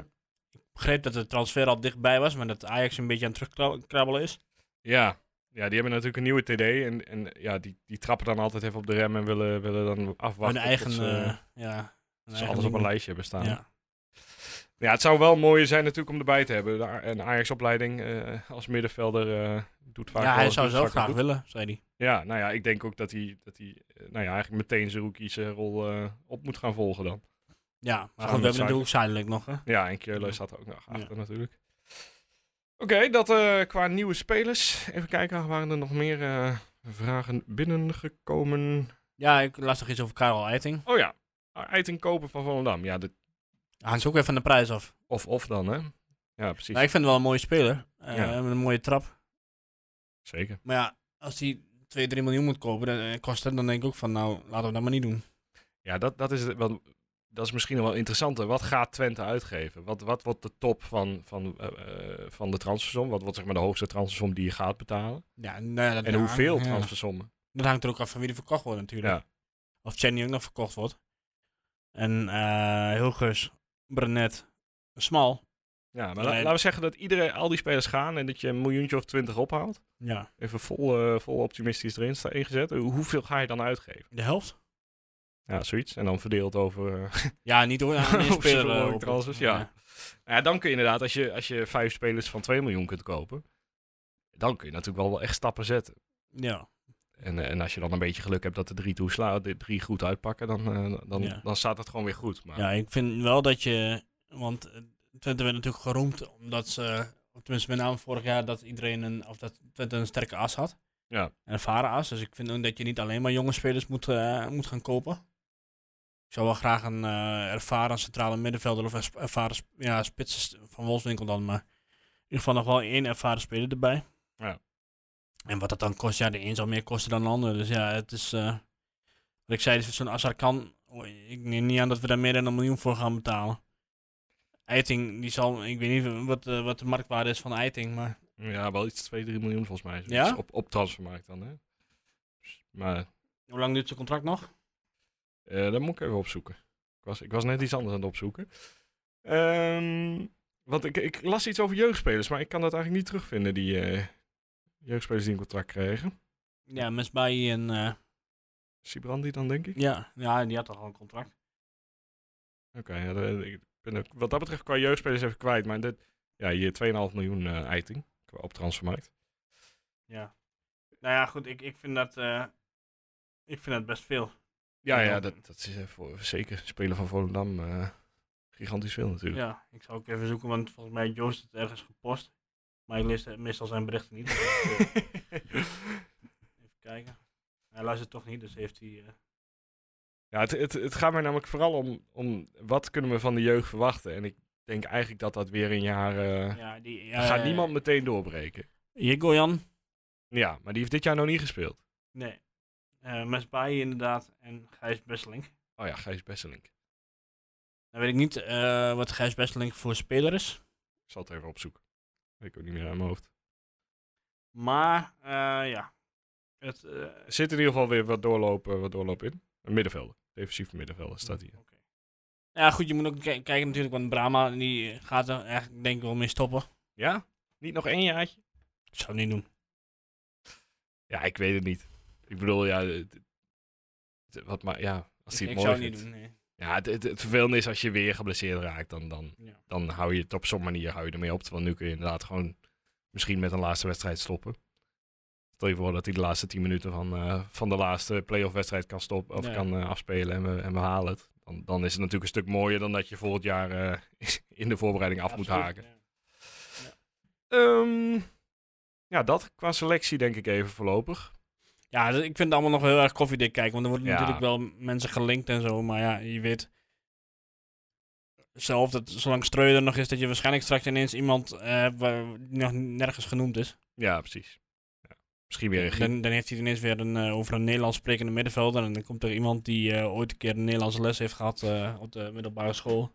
Ik begreep dat de transfer al dichtbij was, maar dat Ajax een beetje aan het terugkrabbelen is.
Ja. ja, die hebben natuurlijk een nieuwe TD. En, en ja, die, die trappen dan altijd even op de rem en willen, willen dan afwachten.
Hun eigen,
tot ze-
eh, Nou ja,
Dat ze alles op een lijstje hebben staan. Ja.
Ja.
het zou wel mooi zijn natuurlijk om erbij te hebben. De A- Een Ajax-opleiding eh, als middenvelder eh, doet vaak
ja,
wel-
hij
doet
zou
vaak
zelf graag
goed.
willen, zei hij.
Ja, nou ja, ik denk ook dat hij, dat hij eh, nou ja, eigenlijk meteen zijn rookies eh, rol eh, op moet gaan volgen dan.
Ja, maar
het
goed, we hebben
zijn.
natuurlijk zijdelijk nog, hè.
Ja, en Keurle
Ja.
staat er ook nog
Ja.
achter natuurlijk. Oké, dat eh, qua nieuwe spelers. Even kijken, waren er nog meer eh, vragen binnengekomen?
Ja, ik las nog iets over Karel Eiting.
Oh ja, Eiting kopen van Volendam. Ja, dit-
Hangt ook weer van de prijs af.
of-of dan, hè? Ja, precies.
Nou, ik vind hem wel een mooie speler. eh,
Ja.
Met een mooie trap.
Zeker.
Maar ja, als hij 2, 3 miljoen moet kopen, dan, eh, kost het, dan denk ik ook van, nou, laten we dat maar niet doen.
Ja, dat, dat, is, het- want dat is misschien nog wel interessanter. Wat gaat Twente uitgeven? Wat, wat wordt de top van, van, eh, eh, van de transfersom? Wat wordt zeg maar de hoogste transfersom die je gaat betalen?
Ja, nou, ja, dat
En hoeveel
ja.
transfersommen?
Dat hangt er ook af van wie er verkocht wordt natuurlijk.
Ja.
Of Chenny ook nog verkocht wordt. En eh Hilgers, Brenet, Smal.
Ja, maar
Nee.
la- laten we zeggen dat iedereen, al die spelers gaan en dat je een miljoentje of twintig ophaalt.
Ja.
Even vol, eh, vol optimistisch erin sta- ingezet. Hoe- Hoeveel ga je dan uitgeven?
De helft?
Ja, zoiets. En dan verdeeld over... eh, <laughs>
Ja, niet hoor. Aan één
Op zoveel
speler. eh,
mogelijk
hopen.
transfers, ja. Ja, dan kun je inderdaad, als je, als je vijf spelers van 2 miljoen kunt kopen, dan kun je natuurlijk wel, wel echt stappen zetten.
Ja.
En, eh, en als je dan een beetje geluk hebt dat de drie toeslaan, de drie goed uitpakken, dan, eh, dan,
Ja.
dan staat het gewoon weer goed. Maar
ja, ik vind wel dat je... Want eh, Twente werd natuurlijk geroemd omdat ze... of Tenminste, met name vorig jaar dat iedereen een... Of dat Twente een sterke as had.
Ja.
Een ervaren as. Dus ik vind ook dat je niet alleen maar jonge spelers moet, eh, moet gaan kopen. Ik zou wel graag een eh, ervaren centrale middenvelder of es- ervaren sp- ja, spits is van Wolfswinkel dan. Maar in ieder geval nog wel één ervaren speler erbij.
Ja.
En wat dat dan kost, ja, de een zal meer kosten dan de ander. Dus ja, het is... eh, wat ik zei, dus zo'n Azarkan, ik neem niet aan dat we daar meer dan een miljoen voor gaan betalen. Eiting, die zal, ik weet niet wat, eh, wat de marktwaarde is van Eiting, maar
ja, wel iets 2, 3 miljoen volgens mij.
Ja?
Dus Op, op transfermarkt dan, hè. Dus- Maar
hoe lang duurt zijn contract nog?
eh dat moet ik even opzoeken. Ik was, ik was net iets anders aan het opzoeken. Ehm, want ik, ik las iets over jeugdspelers, maar ik kan dat eigenlijk niet terugvinden, die eh, jeugdspelers die een contract kregen.
Ja, Mesbai en, eh,
Sibrandi dan, denk ik.
ja, ja, die had toch al een contract.
Oké, ja, de- ik ben ook wat dat betreft qua jeugdspelers even kwijt. Maar dit, ja, hier 2,5 miljoen eh eiting qua- op transfermarkt.
Ja. Nou ja, goed, ik, ik vind dat, eh, ik vind dat best veel.
Ja,
Ja.
ja, dat, dat is eh, voor, zeker. Spelen van Volendam, eh, gigantisch veel natuurlijk.
Ja, ik zou ook even zoeken, want volgens mij heeft Joost het ergens gepost. Maar ik lees eh, meestal zijn berichten <laughs> niet. Dus, eh, even kijken. Hij luistert toch niet, dus heeft hij... eh,
Ja, het, het, het gaat mij namelijk vooral om, om wat kunnen we van de jeugd verwachten. En ik denk eigenlijk dat dat weer een jaar... eh,
ja, die,
daar gaat
eh,
niemand meteen doorbreken.
Jegoyan?
Ja, maar die heeft dit jaar nog niet gespeeld.
Nee. Eh Mesbai inderdaad en Gijs Besselink.
Oh ja, Gijs Besselink.
Dan weet ik niet eh, wat Gijs Besselink voor speler is.
Ik zal het even opzoeken. Weet ik ook niet meer aan mijn hoofd.
Maar eh, ja. Het, eh,
Er zit in ieder geval weer wat doorloop, eh, wat doorloop in. Een middenvelder. Defensief middenvelder staat hier.
oké. Ja goed, je moet ook ki- kijken natuurlijk, want Brahma die gaat er eigenlijk denk ik wel mee stoppen.
Ja? Niet nog één jaartje?
Ik zou het niet doen.
Ja, ik weet het niet. Ik bedoel, ja... het- het- wat maar, ja, als hij
Ik,
het
ik
mooi
zou het niet
vindt.
doen, nee.
Ja, het, het, het vervelende is als je weer geblesseerd raakt, dan, dan,
Ja.
dan hou je het op zo'n manier hou je ermee op. Terwijl nu kun je inderdaad gewoon misschien met een laatste wedstrijd stoppen. Stel je voor dat hij de laatste tien minuten van, eh, van de laatste playoff wedstrijd kan, stoppen, of
Ja.
kan eh, afspelen en we, en we halen het. Dan, dan is het natuurlijk een stuk mooier dan dat je volgend jaar eh, <laughs> in de voorbereiding af moet
Absoluut,
haken.
ja.
Ehm, ja, dat qua selectie denk ik even voorlopig.
Ja, dus ik vind het allemaal nog heel erg koffiedik kijken. Want er worden
Ja.
natuurlijk wel mensen gelinkt en zo. Maar ja, je weet zelf dat zolang Streu er nog is, dat je waarschijnlijk straks ineens iemand eh, hebt waar- die nog nergens genoemd is.
Ja, precies. Ja. Misschien weer een Griek.
Dan, dan heeft hij ineens weer een, eh, over een Nederlands sprekende middenvelder. En dan komt er iemand die eh, ooit een keer een Nederlandse les heeft gehad eh, op de middelbare school.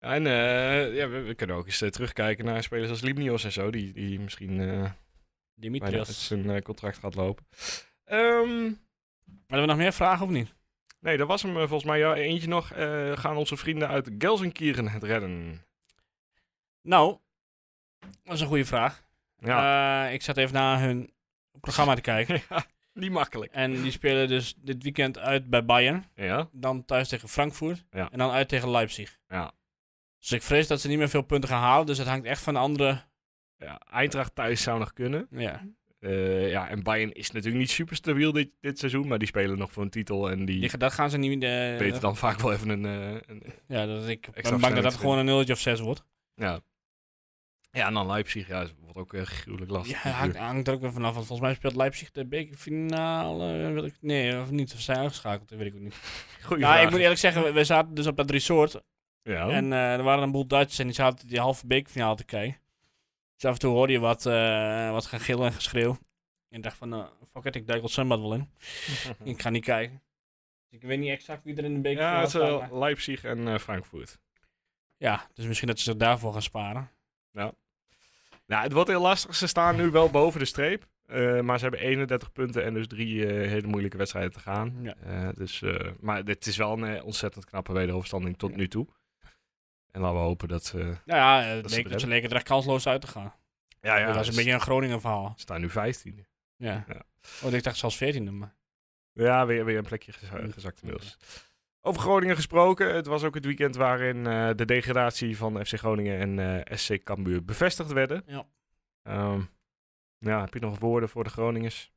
Ja, en eh, ja, we, we kunnen ook eens eh, terugkijken naar spelers als Limnios en zo, die, die misschien eh bijna uit
Dimitrios.
zijn eh, contract gaat lopen. Ehm,
Hebben we nog meer vragen of niet?
nee, dat was hem eh, volgens mij. Ja, eentje nog. Eh, gaan onze vrienden uit Gelsenkieren het redden?
Nou, dat is een goede vraag.
Ja,
Eh, ik zat even naar hun programma te kijken.
Eh. <laughs> niet makkelijk.
En die spelen dus dit weekend uit bij Bayern.
Ja,
dan thuis tegen Frankfurt
Ja.
en dan uit tegen Leipzig.
Ja.
Dus ik vrees dat ze niet meer veel punten gaan halen, dus het hangt echt van de andere.
ja Eintracht thuis zou nog kunnen.
Ja.
Eh, ja, en Bayern is natuurlijk niet super stabiel dit, dit seizoen, maar die spelen nog voor een titel en die
Die, dat gaan ze niet. eh,
weten dan vaak wel even een... eh, een
ja, dat, ik ben bang dat
versnelling
dat
te
gewoon een nulletje of zes wordt.
ja. ja, en dan Leipzig, ja, dat wordt ook eh, gruwelijk lastig.
Ja, hangt, hangt er ook weer vanaf, want volgens mij speelt Leipzig de bekerfinale. eh, weet ik- Nee, of niet, of zijn uitgeschakeld, dat weet ik ook niet.
<laughs> Goeie
Nou, ik
vraag. Oh.
moet eerlijk zeggen, we- we zaten dus op dat resort
Ja.
En eh, er waren een boel Duitsers en die zaten die halve bekerfinale te kijken. Dus af en toe hoorde je wat, eh wat gegil en geschreeuw. En ik dacht van, eh, fuck it, ik duik het zwembad
<laughs>
wel in. ik ga niet kijken. Dus ik weet niet exact wie er in de
Ja,
bekerfinale
het is
staat. maar-
eh, Leipzig en eh, Frankfurt.
Ja, dus misschien dat ze zich daarvoor gaan sparen.
Nou, het wordt heel lastig. Ze staan nu wel boven de streep. eh, maar ze hebben 31 punten en dus drie eh, hele moeilijke wedstrijden te gaan.
Ja.
Eh, dus, eh, maar dit is wel een eh, ontzettend knappe wederopstanding tot
Ja.
nu toe. En laten we hopen dat ze...
Nou ja, eh,
Dat
het
ze
leek,
het
ze leken er echt kansloos uit te gaan.
ja, dus-
dat was
ze
een beetje een Groningen verhaal.
staan nu 15.
Ja.
Ja.
Oh, ik dacht zelfs 14e. Maar...
Ja, weer, weer een plekje geza- gezakt inmiddels. Over Groningen gesproken. Het was ook het weekend waarin eh, de degradatie van FC Groningen en eh, SC Cambuur bevestigd werden.
Ja.
Ehm, ja, heb je nog woorden voor de Groningers?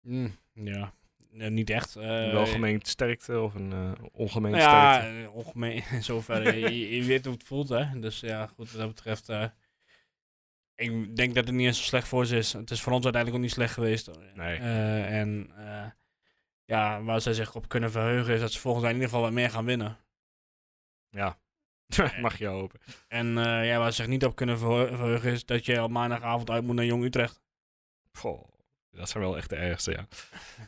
Mm, ja, Nee, niet echt. eh,
Welgemeend sterkte of een eh ongemeen
nou ja,
sterkte?
eh, <laughs> ongemeen in zoverre. je, je weet hoe het voelt, hè. Dus ja, goed, wat dat betreft... eh, ik denk dat het niet eens zo slecht voor ze is. Het is voor ons uiteindelijk ook niet slecht geweest.
Nee. <laughs>
Eh, en eh, ja, waar zij zich op kunnen verheugen is dat ze volgens mij in ieder geval wat meer gaan winnen. eh.
Mag je hopen.
En eh, ja, waar ze zich niet op kunnen verhe- verheugen is dat je op maandagavond uit moet naar Jong Utrecht.
Goh, dat zijn wel echt de ergste, ja.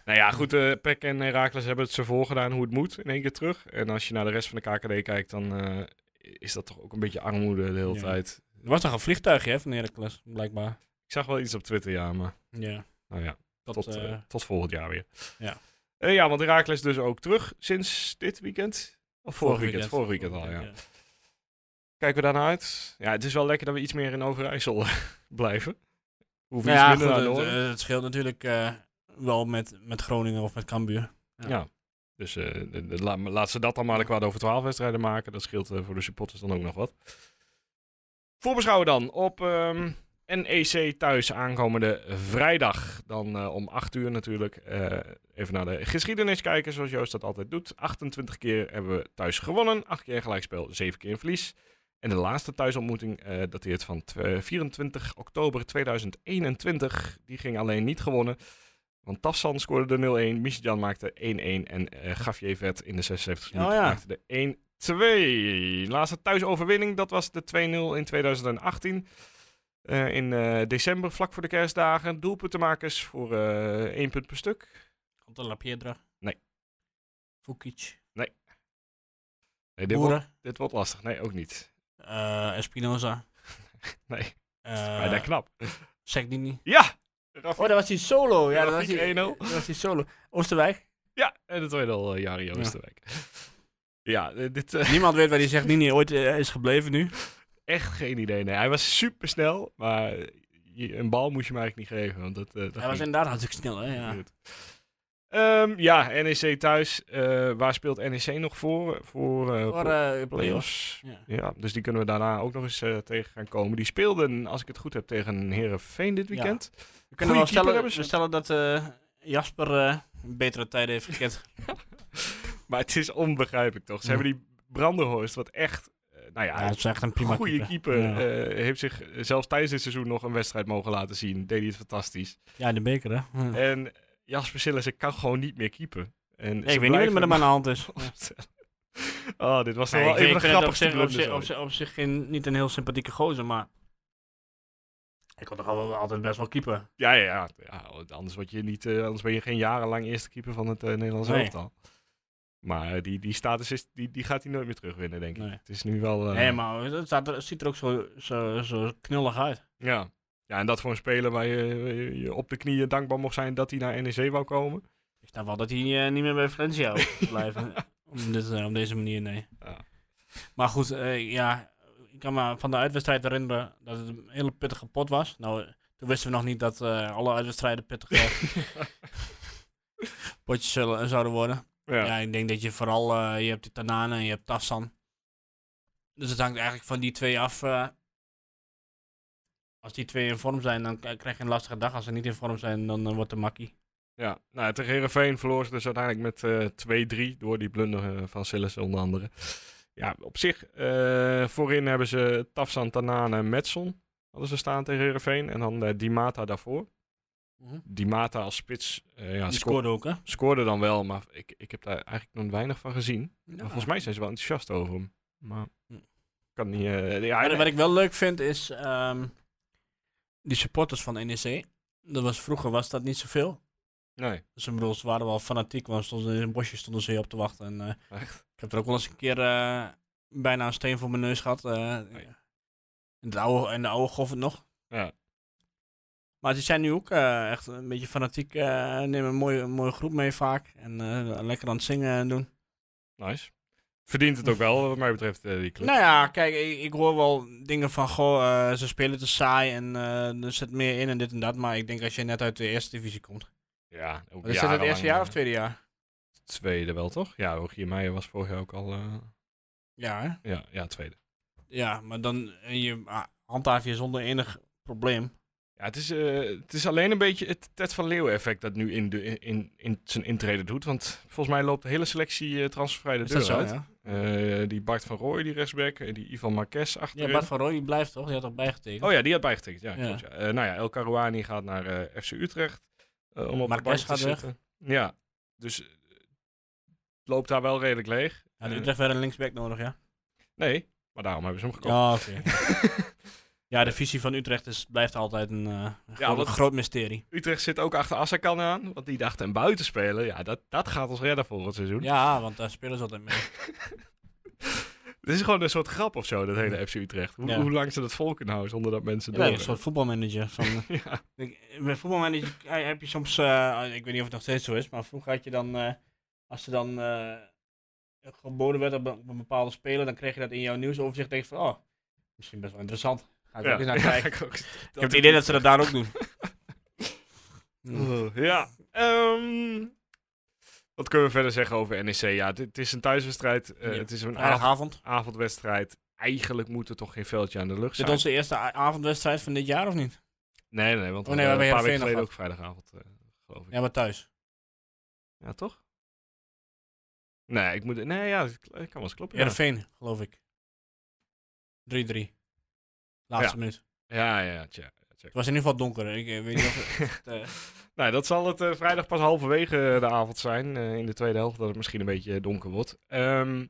nou ja, goed, eh Peck en Herakles hebben het zo voor gedaan hoe het moet in één keer terug. En als je naar de rest van de KKD kijkt, dan eh, is dat toch ook een beetje armoede de hele
Ja.
tijd.
Er was nog een vliegtuigje hè, van Heracles, blijkbaar.
Ik zag wel iets op Twitter, ja, maar
Ja,
nou ja,
dat,
tot, eh,
eh,
tot volgend jaar weer.
ja.
Eh, ja, want Herakles dus ook terug sinds dit weekend. Of vorig weekend, vorig weekend al, ja. Kijken we daarna uit? Ja, het is wel lekker dat we iets meer in Overijssel eh, <laughs> blijven. Hoeven
Nou
iets
ja,
minder
goed,
naar
het,
Noorden.
eh, het scheelt natuurlijk eh, wel met, met Groningen of met Cambuur.
Ja. Dus eh, de- de- la- laat ze dat dan maar kwaad over 12 wedstrijden maken. Dat scheelt eh, voor de supporters dan ook nog wat. Voorbeschouwen dan op ehm, NEC thuis aankomende vrijdag. Dan eh, om 8 uur natuurlijk. Eh, even naar de geschiedenis kijken, zoals Joost dat altijd doet. 28 keer hebben we thuis gewonnen. 8 keer gelijkspel, 7 keer verlies. En de laatste thuisontmoeting eh dateert van tw- eh, 24 oktober 2021. Die ging alleen niet gewonnen. Want Tafsan scoorde de 0-1, Michijan maakte 1-1 en eh Gavier Vet in de 76 minuut
Oh ja.
maakte de 1-2. Laatste thuisoverwinning, dat was de 2-0 in 2018. Eh, in eh, december, vlak voor de kerstdagen, doelpuntenmakers voor eh 1 punt per stuk.
Komt er La Piedra?
Nee.
Fukic?
Nee, dit, wordt,
Boeren?
dit wordt lastig. Nee, ook niet.
eh, Espinoza?
<laughs> Nee,
eh,
maar daar knap. <laughs>
Sekdini?
Ja! Rafa-
Oh, dat was die solo. Ja,
Ja,
dat was die,
Rafiek 1-0.
dat was die solo. Oosterwijk? <laughs>
Ja, en de tweede al uh, Jari
Ja.
Oosterwijk. <laughs> Ja, eh, dit eh, <laughs>
Niemand weet waar die Sekdini ooit eh, is gebleven nu.
echt geen idee. Nee, hij was super snel, maar je- een bal moest je hem eigenlijk niet geven. Want dat, eh, dat
Hij was
ging
inderdaad hartstikke snel, hè. Ja.
niet goed. Ehm, ja, NEC thuis. Eh, waar speelt NEC nog voor? Voor, eh,
Voor eh play-offs.
play-offs.
Ja.
Ja, dus die kunnen we daarna ook nog eens eh, tegen gaan komen. Die speelden, als ik het goed heb, tegen Herenveen dit
Ja.
weekend. <laughs>
We kunnen wel
keeper
stellen,
hebben ze.
we stellen dat eh, Jasper eh, betere tijden heeft gekend.
Maar het is onbegrijpelijk toch? Ze
Ja.
hebben die Brandenhorst, wat echt, eh, nou ja,
Ja, het is echt een prima
goede keeper.
Ja.
eh, heeft zich eh, zelfs tijdens dit seizoen nog een wedstrijd mogen laten zien. Deed hij het fantastisch.
Ja, in de beker, hè. Ja.
En Jasper Sillissen kan gewoon niet meer keepen. En ze
Nee, ik weet niet wat er
blijven
met hem aan de hand <laughs>
<laughs>
is.
hem opstellen. Oh, dit was nou
Nee,
wel
ik
even een
ik vind het op
grappigste
zich, op
blunders
zich, op
ooit.
zich, op zich geen, niet een heel sympathieke gozer, maar... Ik kon toch al- altijd best wel keeper.
Ja, ja, ja. ja anders, word je niet, eh, anders ben je geen jarenlang eerste keeper van het eh, Nederlands
Nee.
elftal. Maar eh, die, die status is, die, die gaat hij nooit meer terugwinnen, denk ik.
Nee.
Het is nu wel... eh,
Nee, maar het, staat er, het ziet er ook zo, zo, zo knullig uit.
Ja. ja, en dat voor een speler waar je, je- je op de knieën dankbaar mocht zijn dat hij naar NEC wou komen.
Ik snap wel dat hij eh, niet meer bij Valencia hoeft te
<laughs>
blijven. <laughs> om, dit, eh, op deze manier, nee.
Ja.
Maar goed, eh, ja... Ik kan me van de uitwedstrijd herinneren dat het een hele pittige pot was. Nou, toen wisten we nog niet dat eh, alle uitwedstrijden <laughs> pittige potjes zullen, zouden worden. Ja.
<laughs> ja.
ik denk dat je vooral, eh, je hebt die Tanane en je hebt Tafsan. Dus het hangt eigenlijk van die twee af. eh. als die twee in vorm zijn, dan k- krijg je een lastige dag. Als ze niet in vorm zijn, dan eh, wordt het makkie.
Ja, nou, ja, tegen Heerenveen verloor ze dus uiteindelijk met eh 2-3 door die blunder eh, van Sillis onder andere. Ja, op zich, eh, voorin hebben ze Tafsan, Tanane en Metson hadden ze staan tegen Heerenveen. En dan eh, Di Mata daarvoor. Di Mata als spits eh, ja,
Die
sco-
scoorde ook, hè?
scoorde dan wel, maar ik, ik heb daar eigenlijk nog weinig van gezien. Maar
Nou.
volgens mij zijn ze wel enthousiast over hem. Maar
Hm.
kan niet... eh, ja,
Wat-
nee.
Wat ik wel leuk vind, is ehm, die supporters van NEC. Dat was, vroeger was dat niet zoveel.
nee.
Dus ik bedoel, ze waren wel fanatiek, want ze stonden in een bosje stonden ze je op te wachten. En, eh,
Echt?
Ik heb er ook wel eens een keer eh, bijna een steen voor mijn neus gehad. eh in, de oude, in de oude goffert nog.
Ja.
Maar die zijn nu ook eh, echt een beetje fanatiek. eh, nemen een mooie, een mooie groep mee vaak. En eh, lekker aan het zingen en doen.
Nice. Verdient het ook wel, wat mij betreft, eh, die club.
Nou ja, kijk, ik, ik hoor wel dingen van, goh, eh, ze spelen te saai en eh, er zit meer in en dit en dat. Maar ik denk als je net uit de eerste divisie komt,
Ja, ook
Wat is dat het eerste
jarenlang,
jaar
eh,
of tweede jaar?
Tweede wel, toch? Ja, Rogier Meijer was vorig jaar ook al... eh,
Ja, hè?
ja, ja, tweede.
Ja, maar dan en je, ah, handhaaf je zonder enig probleem.
Ja, het is, eh, het is alleen een beetje het Ted van Leeuwen effect dat nu in, de, in, in zijn intrede doet. Want volgens mij loopt de hele selectie eh, transfervrij de
is
deur
dat zo?
uit.
Ja,
Eh, die Bart van Rooij, die rechtsback. en die Ivan Marques achterin.
ja Bart van Rooij die blijft toch? Die had al bijgetekend.
Oh ja, die had bijgetekend. Ja,
Ja.
klopt, ja. Eh, nou ja, El Karouani gaat naar eh, FC Utrecht. eh, om op de
Marques
bank te
gaat weg.
zitten. Ja, dus eh, het loopt daar wel redelijk leeg.
Had Utrecht verder een linksback nodig, ja?
Nee, maar daarom hebben ze hem gekocht.
Ja, oké. <laughs> ja, de visie van Utrecht is, blijft altijd een, eh, een
Ja,
groot,
want-
groot mysterie.
Utrecht zit ook achter Assakan aan, want die dacht een buitenspeler. Ja, dat, dat gaat ons redden volgend seizoen.
Ja, want daar spelen ze altijd mee.
Het is gewoon een soort grap of zo, dat hele FC Utrecht. Hoe,
Ja.
hoe lang ze dat vol kunnen houden zonder dat mensen
Ja,
door.
een soort voetbalmanager.
<laughs>
Van, eh,
Ja.
Ik- Bij voetbalmanager eh, heb je soms, eh, ik weet niet of het nog steeds zo is, maar vroeger had je dan, eh, als er dan eh, geboden werd op een, op een bepaalde speler, dan kreeg je dat in jouw nieuwsoverzicht. Denk je van, oh, misschien best wel interessant. Ga ik ook eens naar
Ja, <laughs>
kijken.
ik ook.
ik heb het idee dat ze dat daar ook <laughs> doen. Hmm.
Oh, Ja. Ehm, wat kunnen we verder zeggen over NEC? Ja, het, het is een thuiswedstrijd. eh,
Ja.
Het is een av-
Vrijdagavond.
avondwedstrijd. Eigenlijk moet er toch geen veldje aan de lucht
Is dit
zijn.
onze eerste a- avondwedstrijd van dit jaar of niet?
Nee, nee, want
Oh, nee, we
we hebben
hebben
een paar weken
Heerenveen
geleden
nog
ook vrijdagavond, eh, geloof ik. Ja.
Ja, maar thuis.
toch? Nee, ik moet... Nee, ja, dat kl- dat kan wel eens kloppen. Ja,
Heerenveen, geloof ik. 3-3. Laatste minuut.
ja, ja, ja tja.
Het was in ieder geval donker. Ik eh, weet niet <laughs> of... eh,
Nou, dat zal het eh, vrijdag pas halverwege eh, de avond zijn. eh, in de tweede helft, dat het misschien een beetje eh, donker wordt. Ehm,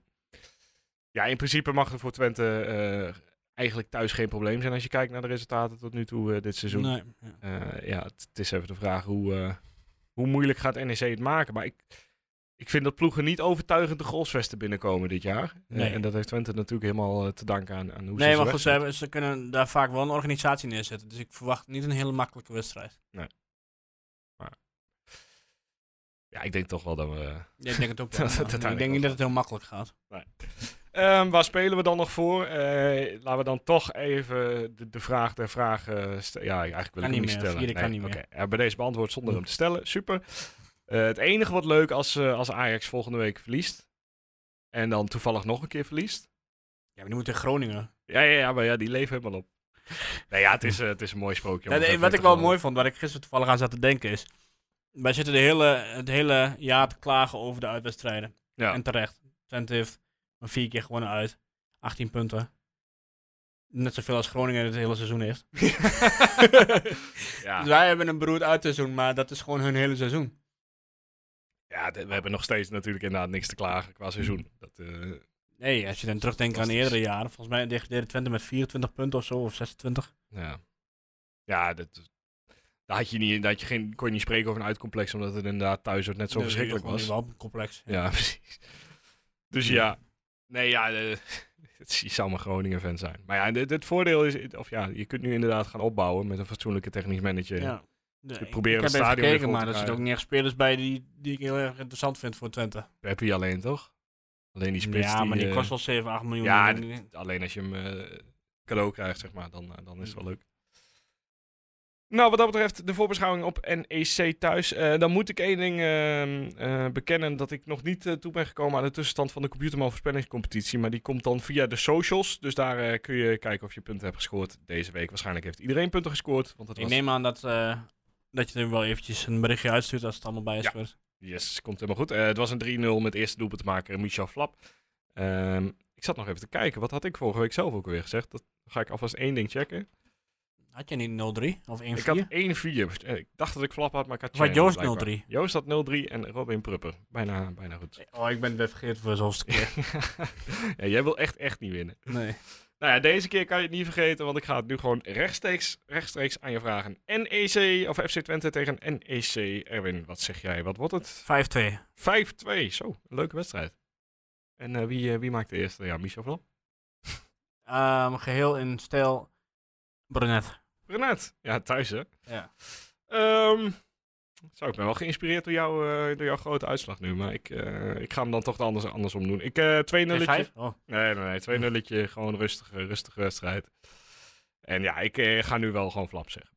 ja, in principe mag er voor Twente eh, eigenlijk thuis geen probleem zijn als je kijkt naar de resultaten tot nu toe eh, dit seizoen.
nee, ja.
Eh, ja, het, het is even de vraag hoe, eh, hoe moeilijk gaat NEC het maken. Maar ik, ik vind dat ploegen niet overtuigend de goalsvesten binnenkomen dit jaar. Eh,
Nee.
en dat heeft Twente natuurlijk helemaal eh, te danken aan, aan hoe ze
Nee,
zo
maar goed,
weg
ze,
zijn.
hebben, ze kunnen daar vaak wel een organisatie neerzetten. Dus ik verwacht niet een hele makkelijke wedstrijd.
Ja, ik denk toch wel dat we...
Ja, ik denk
<laughs>
het ook
Dat het
wel. maar ik
uiteindelijk
denk niet
wel
dat het heel makkelijk gaat.
Ehm, waar spelen we dan nog voor? Eh, laten we dan toch even de, de vraag der vragen stellen. Ja, eigenlijk wil ik
Kan
hem niet
niet meer,
stellen.
vierde kan niet
oké.
meer. Hm.
Ja, bij deze beantwoord zonder hem te stellen. Super. Eh, het enige wat leuk als, eh, als Ajax volgende week verliest. En dan toevallig nog een keer verliest.
Ja, maar die moet in Groningen.
Ja, ja, ja maar ja, die leven helemaal op. Nou ja, het is, eh, het is een mooi sprookje. om
Ja,
het
nee,
even
wat
te
ik wel
houden.
mooi vond, waar ik gisteren toevallig aan zat te denken, is... Wij zitten de hele, het hele jaar te klagen over de uitwedstrijden.
Ja.
En terecht. Twente heeft maar vier keer gewonnen uit. 18 punten. Net zoveel als Groningen het hele seizoen heeft.
ja.
<laughs> Dus wij hebben een beroerd uitseizoen, maar dat is gewoon hun hele seizoen.
ja, dit- we hebben nog steeds natuurlijk inderdaad niks te klagen qua seizoen. Dat, eh,
Nee, als je dan terugdenkt aan
Fantastisch.
eerdere jaren. Volgens mij degradeerde Twente met 24 punten of zo, of 26.
Ja, ja dat, daar had je niet, daar had je geen, kon je niet spreken over een uitcomplex, omdat het inderdaad thuis ook net zo
Nee,
verschrikkelijk
gewoon
was.
überhaupt een complex.
Ja, <laughs> precies. Dus ja, nee, ja, eh, <laughs> het je zou maar Groningen-fan zijn. Maar ja, dit- het voordeel is, of ja, je kunt nu inderdaad gaan opbouwen met een fatsoenlijke technisch manager.
Ja. Nee,
Ze Dus proberen
ik
het
heb even
stadion weer
gekeken,
vol
maar
te
er zitten ook
krijgen.
niet echt spelers bij die, die ik heel erg interessant vind voor Twente.
Peppy alleen, toch? Alleen die spits.
ja, maar die
eh,
kost wel 7, 8 miljoen.
Ja,
Ik-
Alleen als je hem eh, cadeau krijgt, zeg maar, dan, eh, dan is het wel leuk. Nou, wat dat betreft, de voorbeschouwing op NEC thuis. Eh, dan moet ik één ding eh, eh, bekennen: dat ik nog niet eh, toe ben gekomen aan de tussenstand van de Computerman voorspellingscompetitie. Maar die komt dan via de socials. Dus daar eh, kun je kijken of je punten hebt gescoord deze week. Waarschijnlijk heeft iedereen punten gescoord. Want het
ik
was...
neem aan dat, eh, dat je er wel eventjes een berichtje uitstuurt als het allemaal bij is
Ja.
gebeurd.
Yes, komt helemaal goed. Eh, het was een 3-0 met eerste doelpunt te maken, Michel Flap. Ehm, ik zat nog even te kijken. Wat had ik vorige week zelf ook weer gezegd? Dat ga ik alvast één ding checken.
Had je niet 0-3 of 1-4?
Ik had 1-4. Eh, Ik dacht dat ik flap had, maar ik had
Of had
Chen,
Joost
blijkbaar.
0-3?
Joost had 0-3 en Robin Prupper. Bijna, bijna goed.
Oh, ik ben het weer vergeten voor de zoveelste keer.
<laughs> ja, jij wil echt, echt niet winnen.
<laughs> nee.
Nou ja, deze keer kan je het niet vergeten, want ik ga het nu gewoon rechtstreeks, rechtstreeks aan je vragen. NEC of FC Twente tegen NEC. Erwin, wat zeg jij? Wat wordt het?
5-2.
5-2. Zo, een leuke wedstrijd. En eh, wie, eh, wie maakt de eerste? Ja, Michel Flap.
Ehm, geheel in stijl Brunet.
Renat. Ja, thuis hè.
Ja.
Ehm, zo, ik ben wel geïnspireerd door, jou, eh, door jouw grote uitslag nu. Maar ik, eh, ik ga hem dan toch anders, andersom doen. Ik eh 2 0
5? Oh.
Nee, nee, nee. 2 nulletje Gewoon rustige, rustige wedstrijd. En ja, ik eh, ga nu wel gewoon flap zeggen.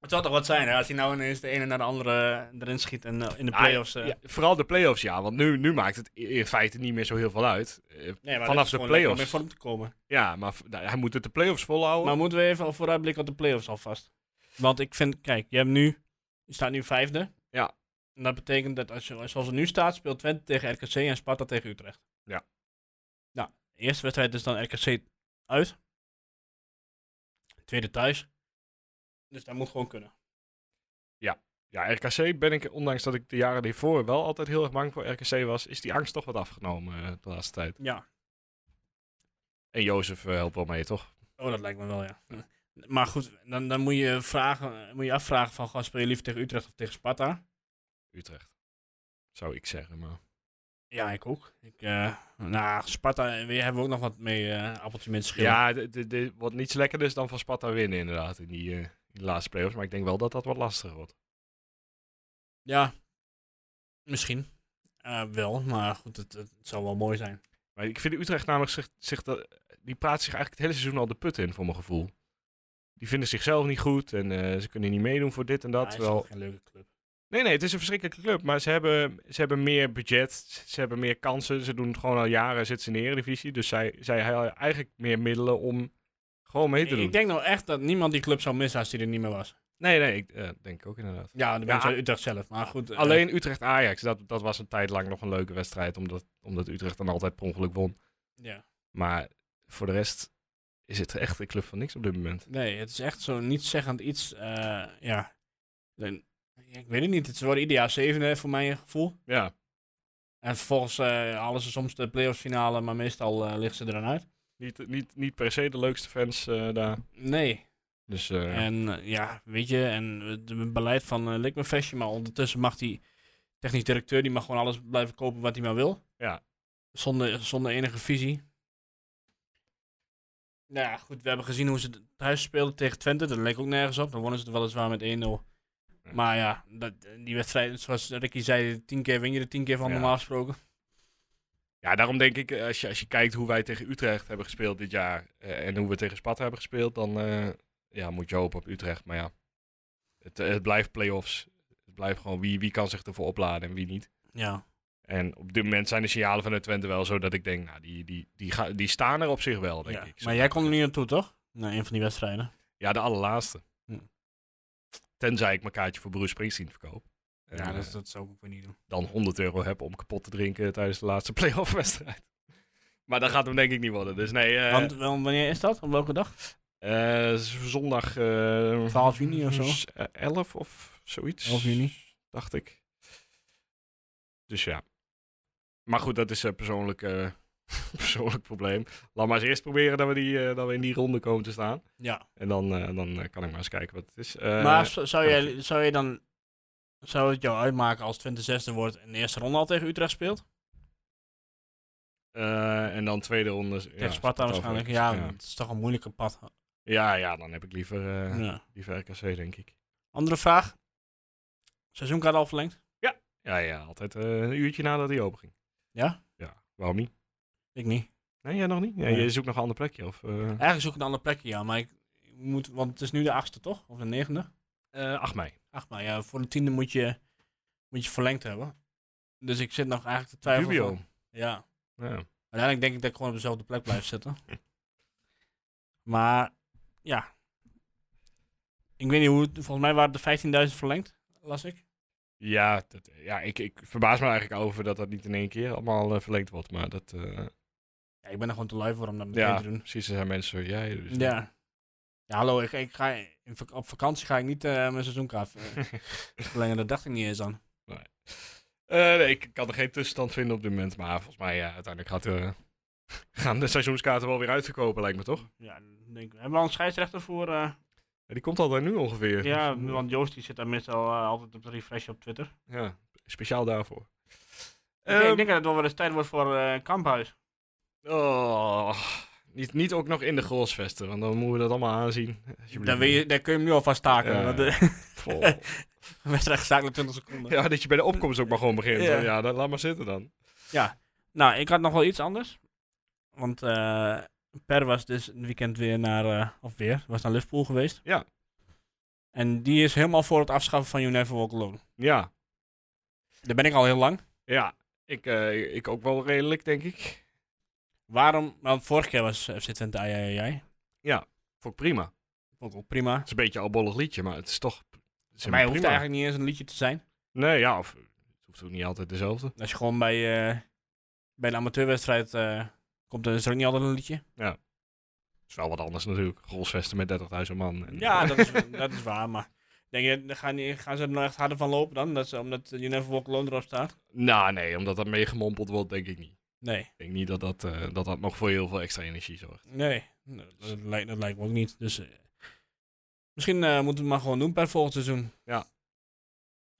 Het zou toch wat zijn hè, als hij nou ineens de ene naar de andere erin schiet en eh, in de
Nou,
playoffs. eh
ja, vooral de playoffs, ja. Want nu, nu maakt het i- in feite niet meer zo heel veel uit. Eh,
nee, maar
vanaf
dat is
de
gewoon lekker om
play-offs.
in vorm te komen.
Ja, maar v- nou, hij moet het de playoffs volhouden.
Maar Oh. Nou, moeten we even al vooruitblikken op de playoffs alvast? Want ik vind, kijk, je hebt nu, je staat nu vijfde.
Ja.
En dat betekent dat als je, zoals het nu staat, speelt Twente tegen RKC en Sparta tegen Utrecht.
Ja.
Nou, de eerste wedstrijd is dan RKC uit. Tweede thuis. Dus dat moet gewoon kunnen.
Ja, RKC ben ik, ondanks dat ik de jaren hiervoor wel altijd heel erg bang voor RKC was, is die angst toch wat afgenomen eh, de laatste tijd.
Ja.
En Jozef eh, helpt wel mee, toch?
Oh, dat lijkt me wel, ja. Maar goed, dan, dan moet, je vragen, moet je afvragen van, gaan speel je liever tegen Utrecht of tegen Sparta?
Utrecht. Zou ik zeggen, maar...
Ja, ik ook. Ik, eh, nou, Sparta eh, we hebben we ook nog wat mee, eh, appeltje met schil.
Ja, de- de- de- wat niets lekkerder is dan van Sparta winnen inderdaad in die, eh, in de laatste playoffs. Maar ik denk wel dat dat wat lastiger wordt.
Ja, misschien. Eh, wel, maar goed, het, het zou wel mooi zijn.
Maar ik vind Utrecht namelijk zich, zich dat, die praat zich eigenlijk het hele seizoen al de put in, voor mijn gevoel. Die vinden zichzelf niet goed en eh, ze kunnen niet meedoen voor dit en dat.
Maar hij is
terwijl-
toch geen leuke club.
Nee, nee, het is een verschrikkelijke club. Maar ze hebben, ze hebben meer budget, ze hebben meer kansen. Ze doen het gewoon al jaren, zitten ze in de eredivisie. Dus zij, zij hebben eigenlijk meer middelen om gewoon mee te doen.
Ik denk nou echt dat niemand die club zou missen als die er niet meer was.
Nee, nee, ik eh, denk ik ook inderdaad.
Ja, de mensen
Ja.
uit Utrecht zelf. Maar goed, eh,
Alleen Utrecht-Ajax, dat, dat was een tijd lang nog een leuke wedstrijd. Omdat, omdat Utrecht dan altijd per ongeluk won.
ja.
Maar voor de rest is het echt een club van niks op dit moment.
Nee, het is echt zo nietszeggend iets. eh, ja. Nee, Ik weet het niet. Het wordt ieder jaar zevende voor mijn gevoel.
Ja,
En vervolgens eh halen ze soms de play-offs finale, maar meestal eh liggen ze er dan uit.
niet, niet, niet per se de leukste fans eh, daar.
Nee,
Dus eh,
En eh, ja, weet je, en het beleid van uh, me Fesje, maar ondertussen mag die technisch directeur, die mag gewoon alles blijven kopen wat hij maar wil.
Ja.
Zonder, zonder enige visie. Nou ja, goed, we hebben gezien hoe ze het thuis speelden tegen Twente, dat leek ook nergens op. Dan wonnen ze het weliswaar met 1-0. Maar ja, dat, die wedstrijd, zoals Ricky zei, tien keer win je er tien keer van
Ja.
normaal gesproken.
Ja, daarom denk ik, eh, als je, als je kijkt hoe wij tegen Utrecht hebben gespeeld dit jaar eh, en hoe we tegen Sparta hebben gespeeld, dan eh, ja, moet je hopen op Utrecht. Maar ja, het, eh, het blijft play-offs. Het blijft gewoon wie, wie kan zich ervoor opladen en wie niet.
Ja.
En op dit moment zijn de signalen vanuit Twente wel zo dat ik denk, nou, die, die, die, ga, die staan er op zich wel, denk
ja.
ik.
Maar jij kon er niet naartoe, toch? Naar een van die wedstrijden.
Ja, de allerlaatste.
Hm.
Tenzij ik mijn kaartje voor Bruce Springsteen verkoop. En,
Ja, dat,
eh,
dat zou ik ook weer niet doen.
dan 100 euro heb om kapot te drinken tijdens de laatste <laughs> play-off wedstrijd. Maar dat gaat hem denk ik niet worden. Dus nee, eh,
Want wel, wanneer is dat? Op welke dag?
Eh, z- zondag. eh,
12 juni of zo?
s- eh, 11 of zoiets.
11 juni.
Dacht ik. Dus ja. Maar goed, dat is een persoonlijk, eh, <laughs> persoonlijk probleem. Laat maar eens eerst proberen dat we, die, eh, dat we in die ronde komen te staan.
Ja,
En dan, eh, dan eh, kan ik maar eens kijken wat het is. Eh,
maar z- zou,
ja.
jij, zou je dan. Zou het jou uitmaken als Twente zesde wordt en de eerste ronde al tegen Utrecht speelt?
eh, en dan tweede ronde. ja,
tegen Sparta waarschijnlijk. Ja,
Ja.
het is toch een moeilijke pad.
ja, ja, dan heb ik liever, eh,
Ja.
liever RKC, denk ik.
Andere vraag. Seizoenkaart al verlengd?
Ja, ja, altijd eh, een uurtje nadat hij open ging.
Ja?
Ja, waarom niet?
Ik niet.
Nee, jij nog niet? Ja,
Nee.
Je zoekt nog een ander plekje? Of, eh,
Eigenlijk zoek ik een ander plekje, ja. Maar ik moet, want het is nu de achtste, toch? Of de negende?
eh 8 mei.
Ach, maar ja, voor de tiende moet je, moet je verlengd hebben. Dus ik zit nog eigenlijk te twijfelen.
Dubio.
van- Ja.
Ja.
Uiteindelijk denk ik dat ik gewoon op dezelfde plek blijf zitten. <laughs> maar ja. Ik weet niet hoe. het- Volgens mij waren er 15.000 verlengd, las ik.
Ja, dat, ja ik, ik verbaas me eigenlijk over dat dat niet in één keer allemaal eh, verlengd wordt. Maar dat, eh,
Ja, ik ben er gewoon te lui voor om dat meteen
ja,
te doen.
precies, er zijn mensen zoals jij. Dus
Ja. Ja, hallo, ik, ik ga, in vak- op vakantie ga ik niet eh, mijn
<laughs>
seizoenkaart eh, verlengen. Dat dacht ik niet eens aan.
Eh, nee, ik kan er geen tussenstand vinden op dit moment. Maar volgens mij, ja, uiteindelijk gaat, eh, <laughs> gaan de seizoenskaarten wel weer uit te kopen, lijkt me toch?
Ja, dan denk ik. Hebben we al een scheidsrechter voor? eh?
Ja, die komt al daar nu ongeveer.
ja,
Dus, eh,
want Joost die zit daar meestal eh, altijd op de refresh op Twitter.
ja, speciaal daarvoor.
Ik denk-
Ehm,
ik denk dat het wel weer eens tijd wordt voor eh, Kamphuis.
oh, niet, niet ook nog in de grosvesten, want dan moeten we dat allemaal aanzien. Alsjeblieft.
Dan, wil je, dan kun je hem nu alvast staken.
Ja.
want de-
<laughs>
<laughs>
Vol.
Wedstrijd gestaakt na 20 seconden.
Ja, dat je bij de opkomst ook maar gewoon begint.
Ja.
Ja, dan, laat maar zitten dan.
Nou, ik had nog wel iets anders. Want eh, Per was dus een weekend weer naar, eh, of weer, was naar Liverpool geweest.
Ja.
En die is helemaal voor het afschaffen van You Never Walk Alone.
Ja,
Daar ben ik al heel lang.
ja. Ik, eh, ik ook wel redelijk, denk ik.
Waarom? Want vorige keer was FC Twente ai, ai, ai, ai.
Vond ik prima. Het
Vond ik ook prima.
is een beetje een albollig liedje, maar het is toch... het is
Voor mij
helemaal
hoeft het
prima.
eigenlijk niet eens een liedje te zijn.
Nee, ja, of het hoeft ook niet altijd dezelfde.
Als je gewoon bij, eh, bij een amateurwedstrijd eh, komt, dan is er ook niet altijd een liedje.
Het is wel wat anders natuurlijk. Rolsvesten met 30.000 man. En- eh, <laughs>
Ja, dat is, dat is waar, maar... Denk je, daar gaan, die- gaan ze er nou echt harder van lopen dan? Dat ze, omdat You Never Walk Alone erop staat?
Nou, nee, omdat dat meegemompeld wordt, denk ik niet.
Nee.
Ik denk niet dat dat, eh, dat, dat nog voor heel veel extra energie zorgt.
Nee, nou, dat, dat lijkt, dat lijkt me ook niet. Dus eh, misschien eh, moeten we het maar gewoon doen per volgend seizoen.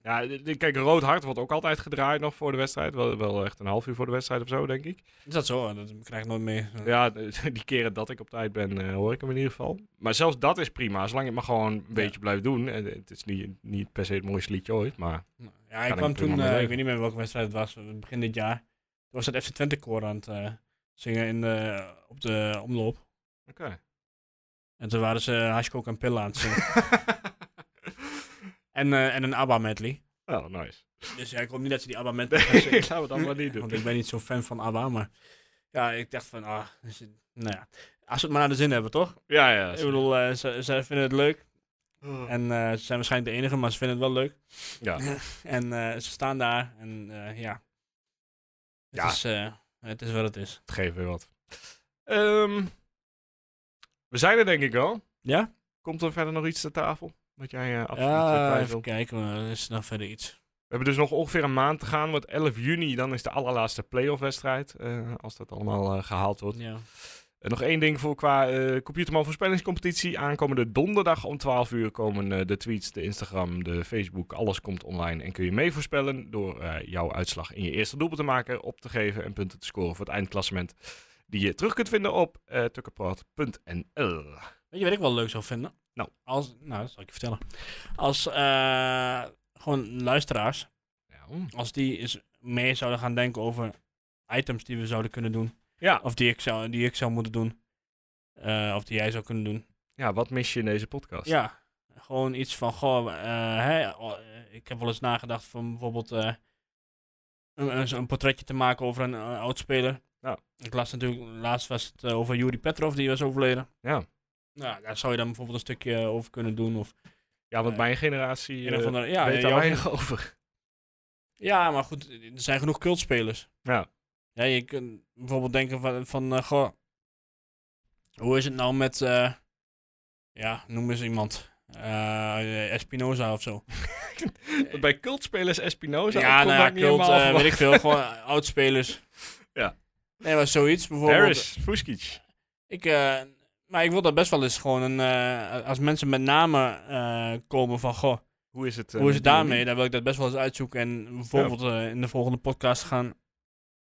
Ja, d- d- kijk, Rood Hart wordt ook altijd gedraaid nog voor de wedstrijd. Wel, wel echt een half uur voor de wedstrijd of zo, denk ik.
Is dat zo? Eh, Dat krijg ik nooit mee.
Ja, <laughs> die keren dat ik op tijd ben, eh, hoor ik hem in ieder geval. Maar zelfs dat is prima, zolang je het maar gewoon een beetje blijft doen. En het is niet, niet per se het mooiste liedje ooit, maar...
Ja, ik
ik
kwam
prima
toen,
mee
eh, ik
leven.
weet niet meer welke wedstrijd het was, eh, begin dit jaar. Toen was het FC Twente koor aan het eh, zingen in de, op de omloop.
Oké.
En toen waren ze Hashkok en Pilla aan het zingen. en, eh, en een ABBA medley.
<laughs> oh, nice.
Dus <laughs> ja, ik hoop niet dat ze die ABBA medley gaan
Nee,
zingen.
<laughs> laten we dat maar niet
Want
doen.
ik ben niet zo'n fan van ABBA, maar ja, ik dacht van, ah, is het- nou ja. Als we het maar naar de zin hebben, toch?
Ja, ja.
Ik bedoel, eh, ze, ze vinden het leuk.
Oh.
En eh, ze zijn waarschijnlijk de enige, maar ze vinden het wel leuk.
Ja.
<laughs> en eh, ze staan daar en eh, ja. Het,
Ja.
Is, eh, het is wat het is.
Het geeft weer wat. Ehm, we zijn er denk ik al.
Ja?
Komt er verder nog iets ter tafel? Wat jij eh, absoluut eh,
Ja,
kwijt
even
wilt?
kijken, eh, is er nog verder iets?
We hebben dus nog ongeveer een maand te gaan. Want 11 juni, dan is de allerlaatste playoff wedstrijd. eh, als dat allemaal eh, gehaald wordt.
Ja.
En Eh, nog één ding voor qua eh Computerman voorspellingscompetitie. Aankomende donderdag om 12 uur komen eh, de tweets, de Instagram, de Facebook. Alles komt online en kun je mee voorspellen door eh, jouw uitslag in je eerste doelpunt te maken, op te geven en punten te scoren voor het eindklassement. Die je terug kunt vinden op eh tukkenpraat.nl.
Weet je wat ik wel leuk zou vinden?
Nou.
Als, nou, dat zal ik je vertellen. Als eh, gewoon luisteraars,
Ja, oeh.
als die eens mee zouden gaan denken over items die we zouden kunnen doen.
Ja.
Of die ik zou, die ik zou moeten doen. Eh, of die jij zou kunnen doen.
ja, wat mis je in deze podcast?
Ja, gewoon iets van, goh, eh, hè, oh, eh, ik heb wel eens nagedacht van bijvoorbeeld eh, een, een, zo'n portretje te maken over een eh, oud-speler.
Ja.
Ik las natuurlijk, laatst was het eh, over Yuri Petrov, die was overleden.
Ja.
Nou, daar zou je dan bijvoorbeeld een stukje over kunnen doen. Of
Ja, want
Eh,
mijn generatie
een of
eh,
andere- ja,
weet daar
jouw-
weinig over. <laughs>
ja, maar goed, er zijn genoeg cultspelers.
Ja.
Ja, je kunt bijvoorbeeld denken van, van eh, goh, hoe is het nou met, eh, ja, noem eens iemand. Eh, Espinoza of zo.
Want Bij cultspelers Espinoza
Ja,
ik kon
nou
daar
ja,
niet
cult,
helemaal
eh,
van.
weet ik veel,
<laughs>
gewoon oudspelers.
Ja.
Nee, maar zoiets bijvoorbeeld.
Harris, Fuskic.
Ik, eh, maar ik wil daar best wel eens gewoon een, eh, als mensen met namen eh, komen van, goh,
Hoe is het, eh,
hoe is het
met die en
daarmee?
die?
Dan wil ik dat best wel eens uitzoeken en bijvoorbeeld eh, in de volgende podcast gaan.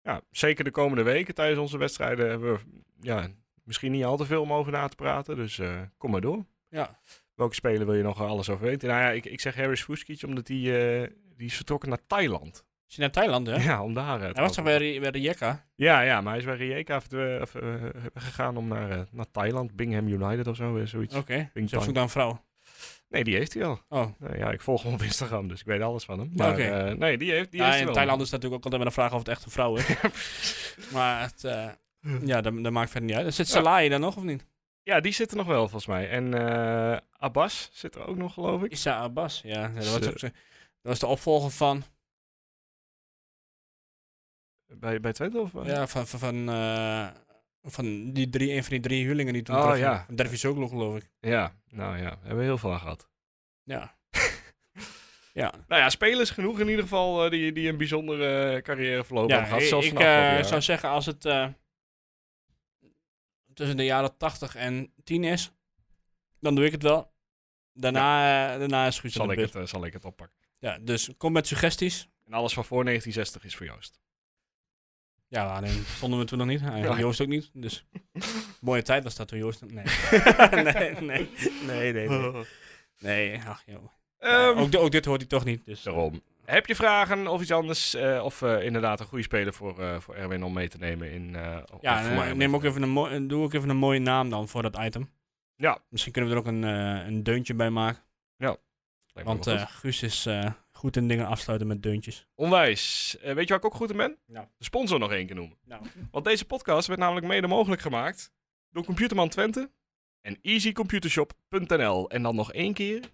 Ja, zeker de komende weken tijdens onze wedstrijden hebben we ja, misschien niet al te veel om over na te praten. Dus eh, kom maar door.
Ja.
Welke speler wil je nog alles over weten? Nou ja, ik, ik zeg Harris Fuskic omdat die, eh, die is vertrokken naar Thailand.
Is hij naar Thailand, hè?
Ja, om daar... eh, te
Hij was toch
helpen.
bij, Ri- bij de Jekka?
Ja, ja, maar hij is bij Rijeka verd- eh, of, eh, gegaan om naar, eh, naar Thailand. Bingham United of zo, eh, zoiets.
Oké.
Ping
Ze
pong.
zoekt dan een vrouw.
Nee, die heeft hij al.
Oh,
Nou ja, ik volg hem op Instagram, dus ik weet alles van hem. Maar
Oké.
eh, nee, die heeft, die
ja,
heeft hij
in
wel.
Thailand is het natuurlijk ook altijd maar de vraag of het echt een <laughs> vrouw is.
<laughs>
<laughs> maar het, eh, ja, dat, dat maakt verder niet uit. Zit
Ja.
Salai dan nog of niet?
Ja, die zit er nog wel, volgens mij. En eh, Abbas zit er ook nog, geloof ik.
Isa Abbas, ja. Dat
Ze-
was, ook zo- dat was de opvolger van,
Bij, bij Twente of... eh?
ja, van, van, van, eh, van die drie, een van die drie huurlingen die toen
Oh,
terugging.
ja.
Van Dervisoglu, geloof ik.
Ja, nou ja, hebben we heel veel aan gehad.
<laughs> Ja. ja.
Nou ja, spelers genoeg in ieder geval eh, die, die een bijzondere eh, carrière verlopen
ja
hebben gehad.
ik-
Zelfs
ik
vanaf
eh,
dat jaar.
zou zeggen, als het eh, tussen de jaren 80 en 10 is, dan doe ik het wel. Daarna, eh, daarna is Guus aan
zal,
de
ik
beurt.
het, eh, zal ik het oppakken.
Ja, dus kom met suggesties.
En alles van voor 1960 is voor Joost.
Ja, maar alleen stonden we toen
<laughs>
nog niet. Eigenlijk
Ja.
Joost ook niet. Dus <laughs> mooie tijd was dat toen Joost...
<laughs>
Nee. nee, nee. Nee, nee, nee. Nee, ach joh.
Ehm,
ook, di- ook dit hoort hij toch niet. Dus.
daarom. Heb je vragen of iets anders? eh, of eh, inderdaad een goede speler voor, eh, voor Erwin om mee te nemen in... eh, of
Ja,
voor
en,
mij
eh,
om
neem
mee
ook
te
even een mooi- en doe ook even een mooie naam dan voor dat item.
Ja.
Misschien kunnen we er ook een, eh, een deuntje bij maken.
Lijkt me
Want
wel
eh,
goed.
Guus is eh, goed in dingen afsluiten met deuntjes.
Onwijs. Eh, weet je waar ik ook goed in ben?
Nou.
De sponsor nog één keer noemen.
Nou.
Want deze podcast werd namelijk mede mogelijk gemaakt door Computerman Twente en easycomputershop.nl. En dan nog één keer